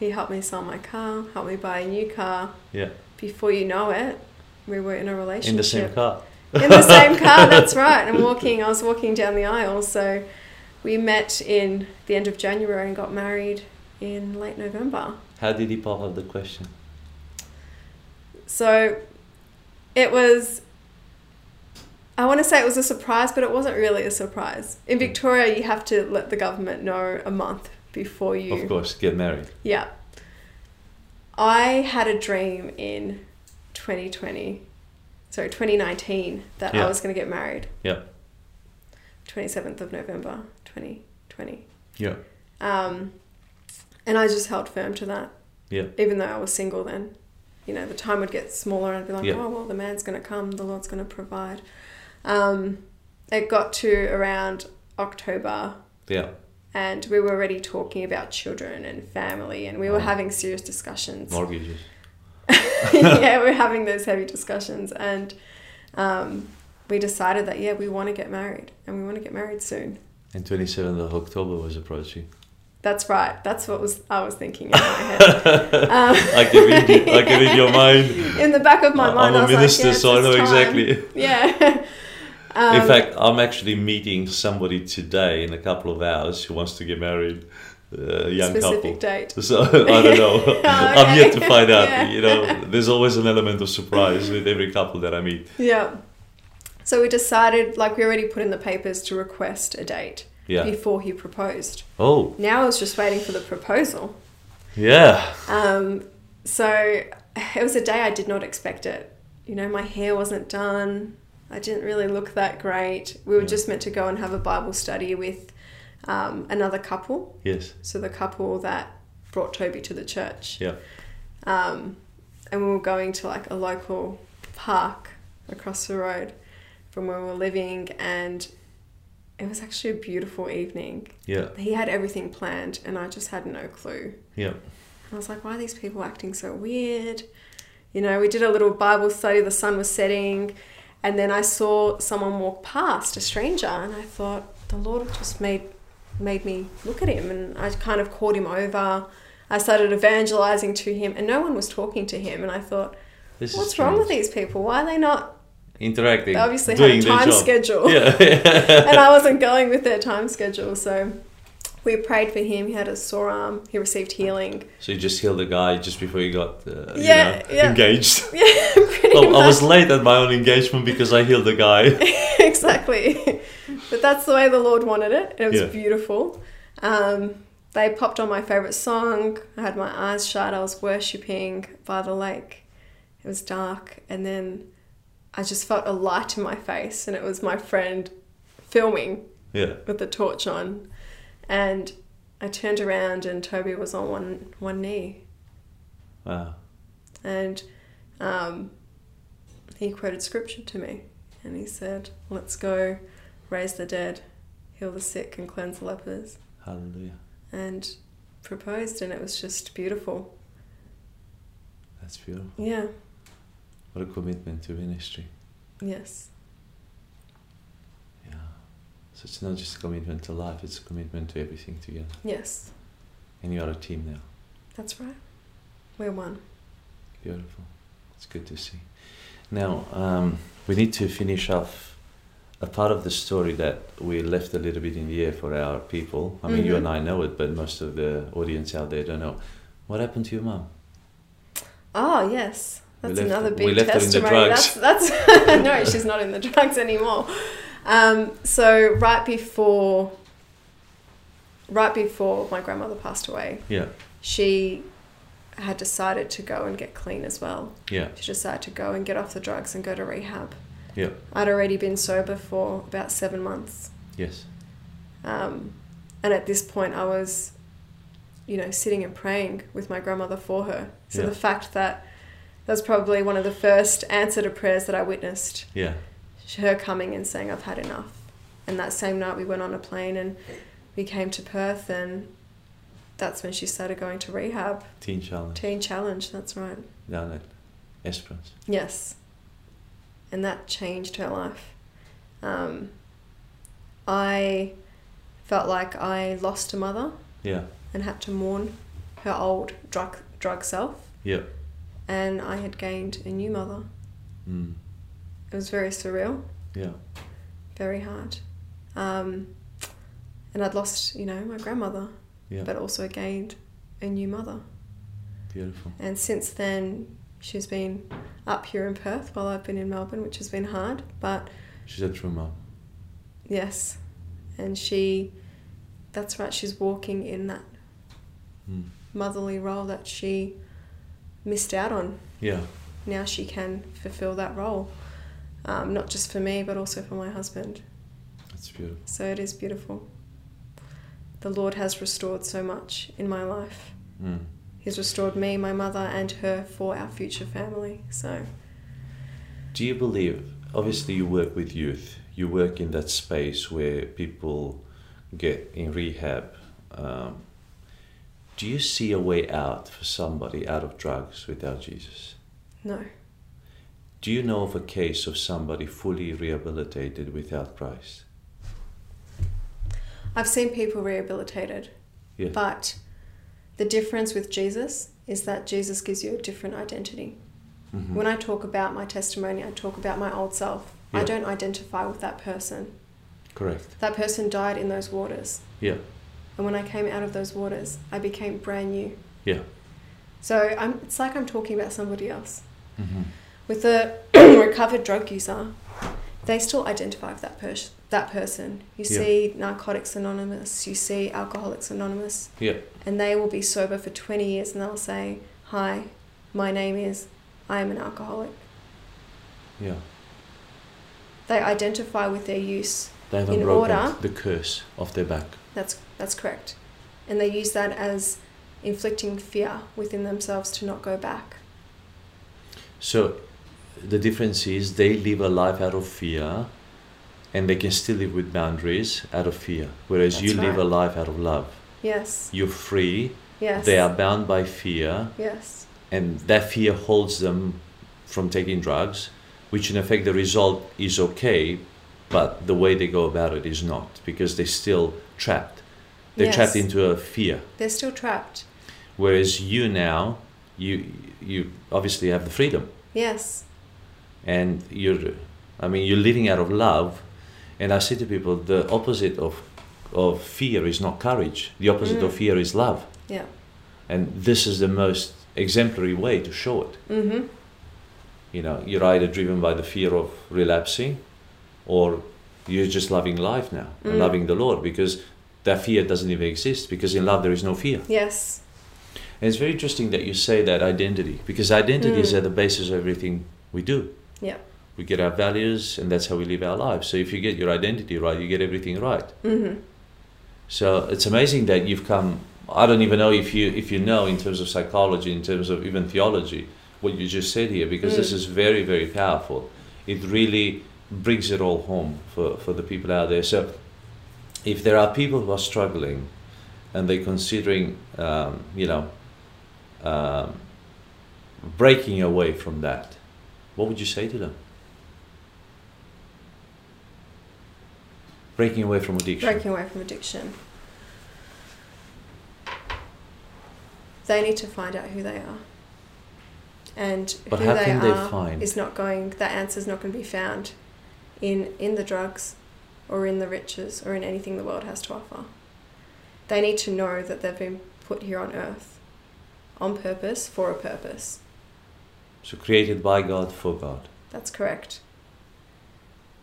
S2: He helped me sell my car, helped me buy a new car.
S1: Yeah.
S2: Before you know it, we were in a relationship.
S1: In the same car.
S2: In the same car, that's right. And walking, I was walking down the aisle. So we met in the end of January and got married in late November.
S1: How did he pop up the question?
S2: So it was, I want to say it was a surprise, but it wasn't really a surprise. In Victoria, you have to let the government know a month before you.
S1: Of course, get married.
S2: Yeah. I had a dream in 2020, sorry, 2019, that
S1: Yeah.
S2: I was going to get married,
S1: Yeah.
S2: 27th of November 2020.
S1: Yeah.
S2: Um, and I just held firm to that.
S1: Yeah.
S2: Even though I was single then, you know, the time would get smaller and I'd be like,
S1: Yeah.
S2: oh, well, the man's going to come, the Lord's going to provide. Um, it got to around October
S1: Yeah.
S2: and we were already talking about children and family and we were
S1: Wow.
S2: having serious discussions.
S1: Mortgages.
S2: yeah, we we're having those heavy discussions, and um, we decided that yeah, we want to get married, and we want to get married soon.
S1: And 27th of October was approaching.
S2: That's right. That's what was I was thinking in my head.
S1: I can read you. I can read your mind.
S2: In the back of my
S1: I-
S2: mind,
S1: Uh, I'm a
S2: I was
S1: minister,
S2: like, yeah,
S1: so I
S2: it's
S1: know
S2: time.
S1: exactly.
S2: Yeah, Um,
S1: in fact, I'm actually meeting somebody today in a couple of hours who wants to get married. uh, A young
S2: specific
S1: couple.
S2: date.
S1: So I don't know. I'm yet to
S2: okay.
S1: find out.
S2: Yeah.
S1: You know, there's always an element of surprise with every couple that I meet.
S2: Yeah. So we decided, like, we already put in the papers to request a date
S1: Yeah.
S2: before he proposed.
S1: Oh,
S2: Now I was just waiting for the proposal.
S1: yeah.
S2: Um, so it was a day I did not expect it. You know, my hair wasn't done. I didn't really look that great. We were
S1: Yeah.
S2: just meant to go and have a Bible study with um, another couple.
S1: Yes.
S2: So the couple that brought Toby to the church.
S1: Yeah.
S2: Um, and we were going to like a local park across the road from where we were living. And it was actually a beautiful evening.
S1: Yeah.
S2: He had everything planned, and I just had no clue.
S1: Yeah.
S2: And I was like, why are these people acting so weird? You know, we did a little Bible study, the sun was setting, and then I saw someone walk past, a stranger, and I thought, the Lord just made made me look at him and I kind of called him over. I started evangelizing to him and no one was talking to him and I thought,
S1: This
S2: what's
S1: is
S2: wrong with
S1: strange.
S2: these people? Why are they not
S1: Interacting.
S2: they obviously had
S1: doing
S2: a
S1: their
S2: time
S1: job.
S2: schedule
S1: Yeah.
S2: and I wasn't going with their time schedule, so we prayed for him. He had a sore arm. He received healing.
S1: so you just healed the guy just before you got uh, you
S2: Yeah,
S1: know,
S2: yeah.
S1: engaged.
S2: Yeah, pretty
S1: Oh,
S2: much.
S1: I was late at my own engagement because I healed the guy.
S2: exactly. but that's the way the Lord wanted it. It was
S1: Yeah.
S2: beautiful. Um, they popped on my favorite song. I had my eyes shut. I was worshiping by the lake. It was dark, and then I just felt a light in my face, and it was my friend filming
S1: Yeah.
S2: with the torch on. And I turned around, and Toby was on one one knee,
S1: Wow.
S2: and um, he quoted scripture to me and he said, Let's go raise the dead, heal the sick, and cleanse the lepers.
S1: Hallelujah.
S2: And proposed, and it was just beautiful.
S1: That's beautiful.
S2: Yeah,
S1: What a commitment to ministry.
S2: yes,
S1: Yeah. So it's not just a commitment to life, it's a commitment to everything together.
S2: yes,
S1: And you are a team now.
S2: that's right. We're one.
S1: Beautiful. It's good to see. Now, um, we need to finish off a part of the story that we left a little bit in the air for our people. I mean, you
S2: Mhm.
S1: and I know it, but most of the audience out there don't know. What happened to your mum?
S2: Oh, yes. That's
S1: left-
S2: another
S1: we
S2: big
S1: left her in the
S2: testimony.
S1: drugs.
S2: That's that's no, she's not in the drugs anymore. Um, so right before, right before my grandmother passed away,
S1: Yeah.
S2: she had decided to go and get clean as well.
S1: Yeah.
S2: To decide to go and get off the drugs and go to rehab.
S1: Yeah.
S2: I'd already been sober for about seven months.
S1: Yes.
S2: Um, and at this point, I was, you know, sitting and praying with my grandmother for her. So
S1: Yeah.
S2: the fact that that was probably one of the first answer to prayers that I witnessed
S1: Yeah.
S2: her coming and saying, I've had enough. And that same night, we went on a plane and we came to Perth, and that's when she started going to rehab.
S1: Teen challenge.
S2: Teen Challenge, that's right.
S1: Down at Esperance.
S2: Yes. And that changed her life. Um, I felt like I lost a mother
S1: Yeah.
S2: and had to mourn her old drug, drug self,
S1: Yeah.
S2: and I had gained a new mother.
S1: Mm.
S2: It was very surreal,
S1: Yeah.
S2: very hard. Um, and I'd lost, you know, my grandmother,
S1: Yeah.
S2: but also gained a new mother.
S1: Beautiful.
S2: And since then, she's been up here in Perth while I've been in Melbourne, which has been hard, but
S1: She's a true mom.
S2: Yes. And she, that's right, she's walking in that
S1: Mm.
S2: motherly role that she missed out on.
S1: Yeah.
S2: Now she can fulfill that role, um, not just for me, but also for my husband.
S1: That's beautiful.
S2: So it is beautiful. The Lord has restored so much in my life.
S1: Mm.
S2: He's restored me, my mother, and her for our future family. So,
S1: Do you believe? Obviously, you work with youth. You work in that space where people get in rehab. Um, do you see a way out for somebody out of drugs without Jesus?
S2: no,
S1: Do you know of a case of somebody fully rehabilitated without Christ?
S2: I've seen people rehabilitated,
S1: Yeah.
S2: but the difference with Jesus is that Jesus gives you a different identity.
S1: Mhm.
S2: When I talk about my testimony, I talk about my old self. I
S1: Yeah.
S2: don't identify with that person.
S1: Correct.
S2: That person died in those waters.
S1: Yeah.
S2: And when I came out of those waters, I became brand new.
S1: Yeah.
S2: So I'm, it's like I'm talking about somebody else.
S1: hmm
S2: With a recovered drug user, they still identify with that, pers- that person. You
S1: Yeah.
S2: see Narcotics Anonymous, you see Alcoholics Anonymous,
S1: Yeah.
S2: and they will be sober for 20 years and they'll say, Hi, my name is, I am an alcoholic.
S1: Yeah.
S2: They identify with their use.
S1: They haven't
S2: In
S1: broken
S2: order-
S1: the curse off their back.
S2: That's, that's correct. And they use that as inflicting fear within themselves to not go back.
S1: So the difference is they live a life out of fear and they can still live with boundaries out of fear. Whereas you
S2: That's
S1: live a
S2: right.
S1: life out of love.
S2: Yes,
S1: You're free,
S2: yes.
S1: they are bound by fear,
S2: Yes,
S1: and that fear holds them from taking drugs, which in effect the result is okay, but the way they go about it is not because they're still trapped. They're
S2: Yes.
S1: trapped into a fear.
S2: they're still trapped.
S1: Whereas you now, you you obviously have the freedom.
S2: Yes,
S1: and you're i mean you're living out of love and i say to people the opposite of of fear is not courage the opposite of
S2: Mm.
S1: fear is love
S2: yeah.
S1: and this is the most exemplary way to show it
S2: Mm-hmm.
S1: you know you're either driven by the fear of relapsing or you're just loving life now and
S2: Mm.
S1: loving the lord because that fear doesn't even exist because in love there is no fear
S2: Yes,
S1: and it's very interesting that you say that identity because identity is
S2: Mm.
S1: at the basis of everything we do
S2: yeah.
S1: we get our values and that's how we live our lives so if you get your identity right you get everything right
S2: Mm-hmm.
S1: so it's amazing that you've come i don't even know if you if you know in terms of psychology in terms of even theology what you just said here because this
S2: Mm.
S1: is very very powerful it really brings it all home for for the people out there so if there are people who are struggling and they're considering um, you know um, breaking away from that what would you say to them breaking away from addiction
S2: Breaking away from addiction. They need to find out who they are. And
S1: But
S2: who
S1: how
S2: they
S1: can they
S2: are
S1: find-
S2: is not going that answer's not going to be found in in the drugs or in the riches or in anything the world has to offer. They need to know that they've been put here on earth on purpose for a purpose.
S1: So created by God for God.
S2: That's correct.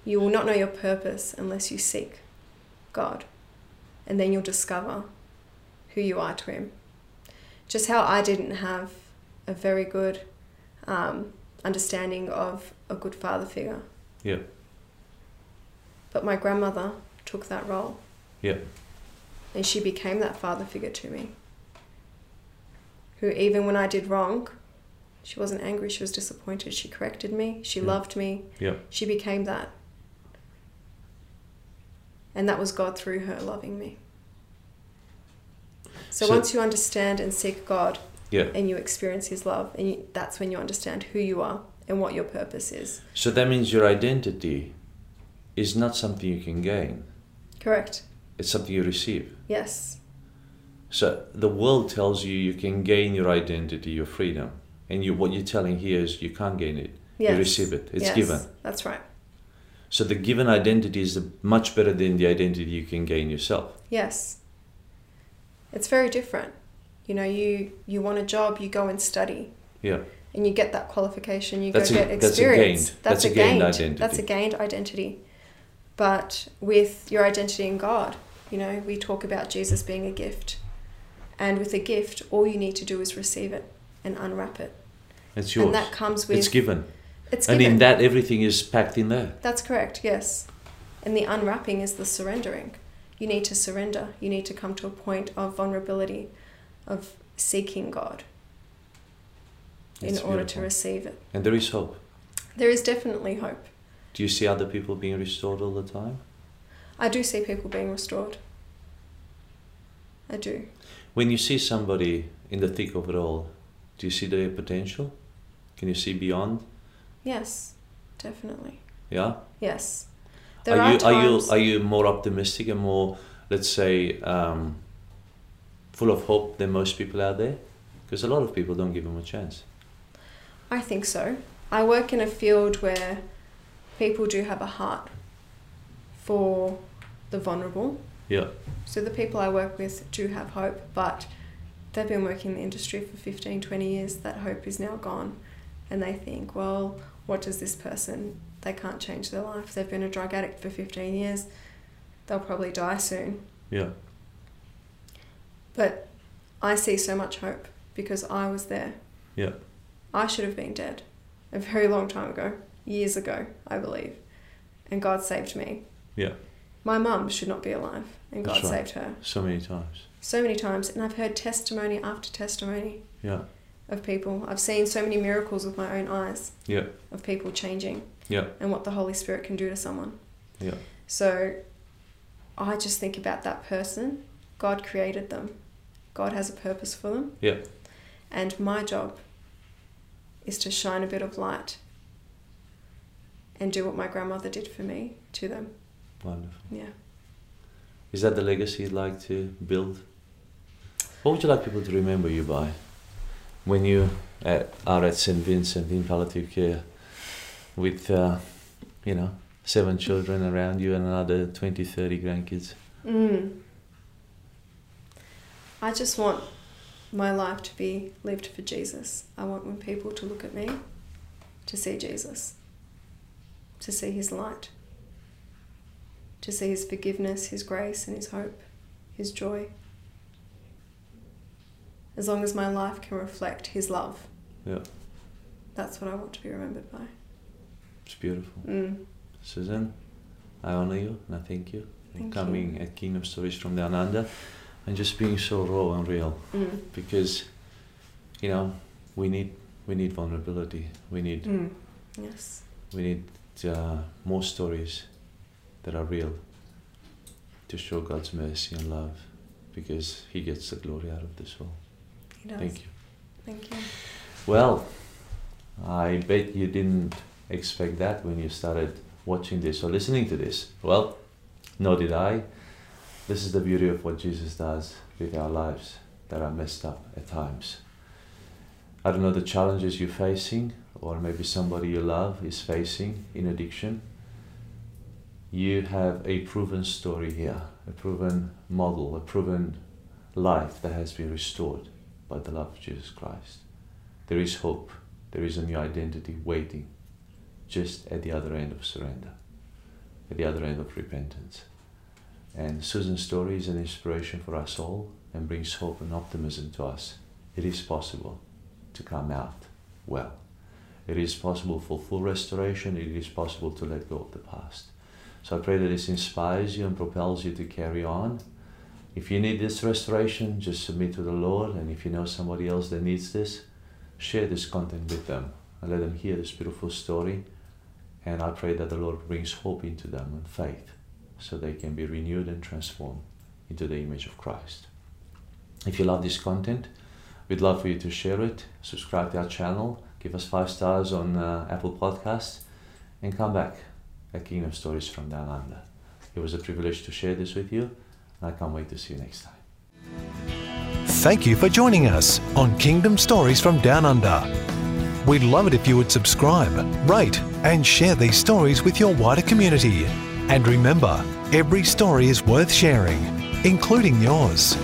S2: You will not know your purpose unless you seek God, and then you'll discover who you are to Him. just how I didn't have a very good um, understanding of a good father figure.
S1: Yeah.
S2: But my grandmother took that role.
S1: Yeah.
S2: And she became that father figure to me. Who, even when I did wrong, she wasn't angry, she was disappointed. She corrected me, she
S1: Yeah.
S2: loved me.
S1: Yeah.
S2: She became that. And that was God through her loving me. So,
S1: So-
S2: once you understand and seek God
S1: Yeah.
S2: and you experience His love, and you, that's when you understand who you are and what your purpose is.
S1: So that means your identity is not something you can gain,
S2: Correct?
S1: it's something you receive.
S2: Yes.
S1: So the world tells you you can gain your identity, your freedom. And you, what you're telling here is you can't gain it.
S2: Yes.
S1: You receive it. It's
S2: Yes.
S1: given.
S2: That's right.
S1: So the given identity is much better than the identity you can gain yourself.
S2: Yes. It's very different. You know, you you want a job, you go and study,
S1: Yeah.
S2: and you get that qualification, you
S1: That's a-
S2: go get
S1: that's a
S2: experience.
S1: gained- that's a gained identity.
S2: That's a gained identity. But with your identity in God, you know, we talk about Jesus being a gift. And with a gift, all you need to do is receive it and unwrap it.
S1: It's yours.
S2: And that comes with
S1: it's given.
S2: It's
S1: And
S2: given.
S1: in that, everything is packed in there.
S2: That's correct, yes. And the unwrapping is the surrendering. You need to surrender. You need to come to a point of vulnerability, of seeking God in
S1: It's
S2: order to
S1: beautiful.
S2: receive it.
S1: And there is hope.
S2: There is definitely hope.
S1: Do you see other people being restored all the time?
S2: I do see people being restored. I do.
S1: When you see somebody in the thick of it all, do you see their potential? Can you see beyond?
S2: Yes, definitely.
S1: Yeah.
S2: Yes. There
S1: are
S2: are,
S1: you
S2: times.
S1: are you are you more optimistic and more, let's say, um, full of hope than most people out there? Because a lot of people don't give them a chance.
S2: I think so. I work in a field where people do have a heart for the vulnerable.
S1: Yeah.
S2: So the people I work with do have hope, but they've been working in the industry for 15, 20 years. That hope is now gone. And they think, well, what does this person? They can't change their life. They've been a drug addict for 15 years. They'll probably die soon.
S1: Yeah.
S2: But I see so much hope because I was there.
S1: Yeah.
S2: I should have been dead a very long time ago, years ago, I believe. And God saved me.
S1: Yeah.
S2: My mum should not be alive, and God
S1: That's right.
S2: saved her.
S1: So many times.
S2: so many times and I've heard testimony after testimony
S1: Yeah.
S2: of people. I've seen so many miracles with my own eyes
S1: Yeah.
S2: of people changing
S1: Yeah.
S2: and what the Holy Spirit can do to someone.
S1: Yeah.
S2: So I just think about that person. God created them. God has a purpose for them.
S1: Yeah.
S2: And my job is to shine a bit of light and do what my grandmother did for me to them.
S1: Wonderful.
S2: Yeah.
S1: Is that the legacy you'd like to build? What would you like people to remember you by when you uh, are at St. Vincent in palliative care with, uh, you know, seven children around you and another 20, 30 grandkids?
S2: Mm. I just want my life to be lived for Jesus. I want when people to look at me to see Jesus, to see his light, to see his forgiveness, his grace, and his hope, his joy. As long as my life can reflect his love,
S1: Yeah,
S2: that's what I want to be remembered by.
S1: it's beautiful.
S2: Mm.
S1: Susan, I honor you and I thank you for
S2: Thank
S1: coming at Kingdom Stories from the Ananda and just being so raw and real.
S2: Mm.
S1: because you know we need we need vulnerability we need
S2: Mm. Yes.
S1: we need uh, more stories that are real to show god's mercy and love because he gets the glory out of this all
S2: He does.
S1: thank you
S2: Thank you.
S1: well i bet you didn't expect that when you started watching this or listening to this well nor did i this is the beauty of what jesus does with our lives that are messed up at times I don't know the challenges you're facing, or maybe somebody you love is facing in addiction. You have a proven story here, a proven model, a proven life that has been restored by the love of Jesus Christ. There is hope, there is a new identity waiting just at the other end of surrender, at the other end of repentance. And Susan's story is an inspiration for us all and brings hope and optimism to us it is possible to come out well. It is possible for full restoration. It is possible to let go of the past. So I pray that this inspires you and propels you to carry on. If you need this restoration, just submit to the Lord. And if you know somebody else that needs this, share this content with them and let them hear this beautiful story. And I pray that the Lord brings hope into them and faith so they can be renewed and transformed into the image of Christ. If you love this content, we'd love for you to share it, subscribe to our channel, give us five stars on uh, Apple Podcasts, and come back at Kingdom Stories from Down Under. It was a privilege to share this with you, and I can't wait to see you next time.
S3: Thank you for joining us on Kingdom Stories from Down Under. We'd love it if you would subscribe, rate, and share these stories with your wider community. And remember, every story is worth sharing, including yours.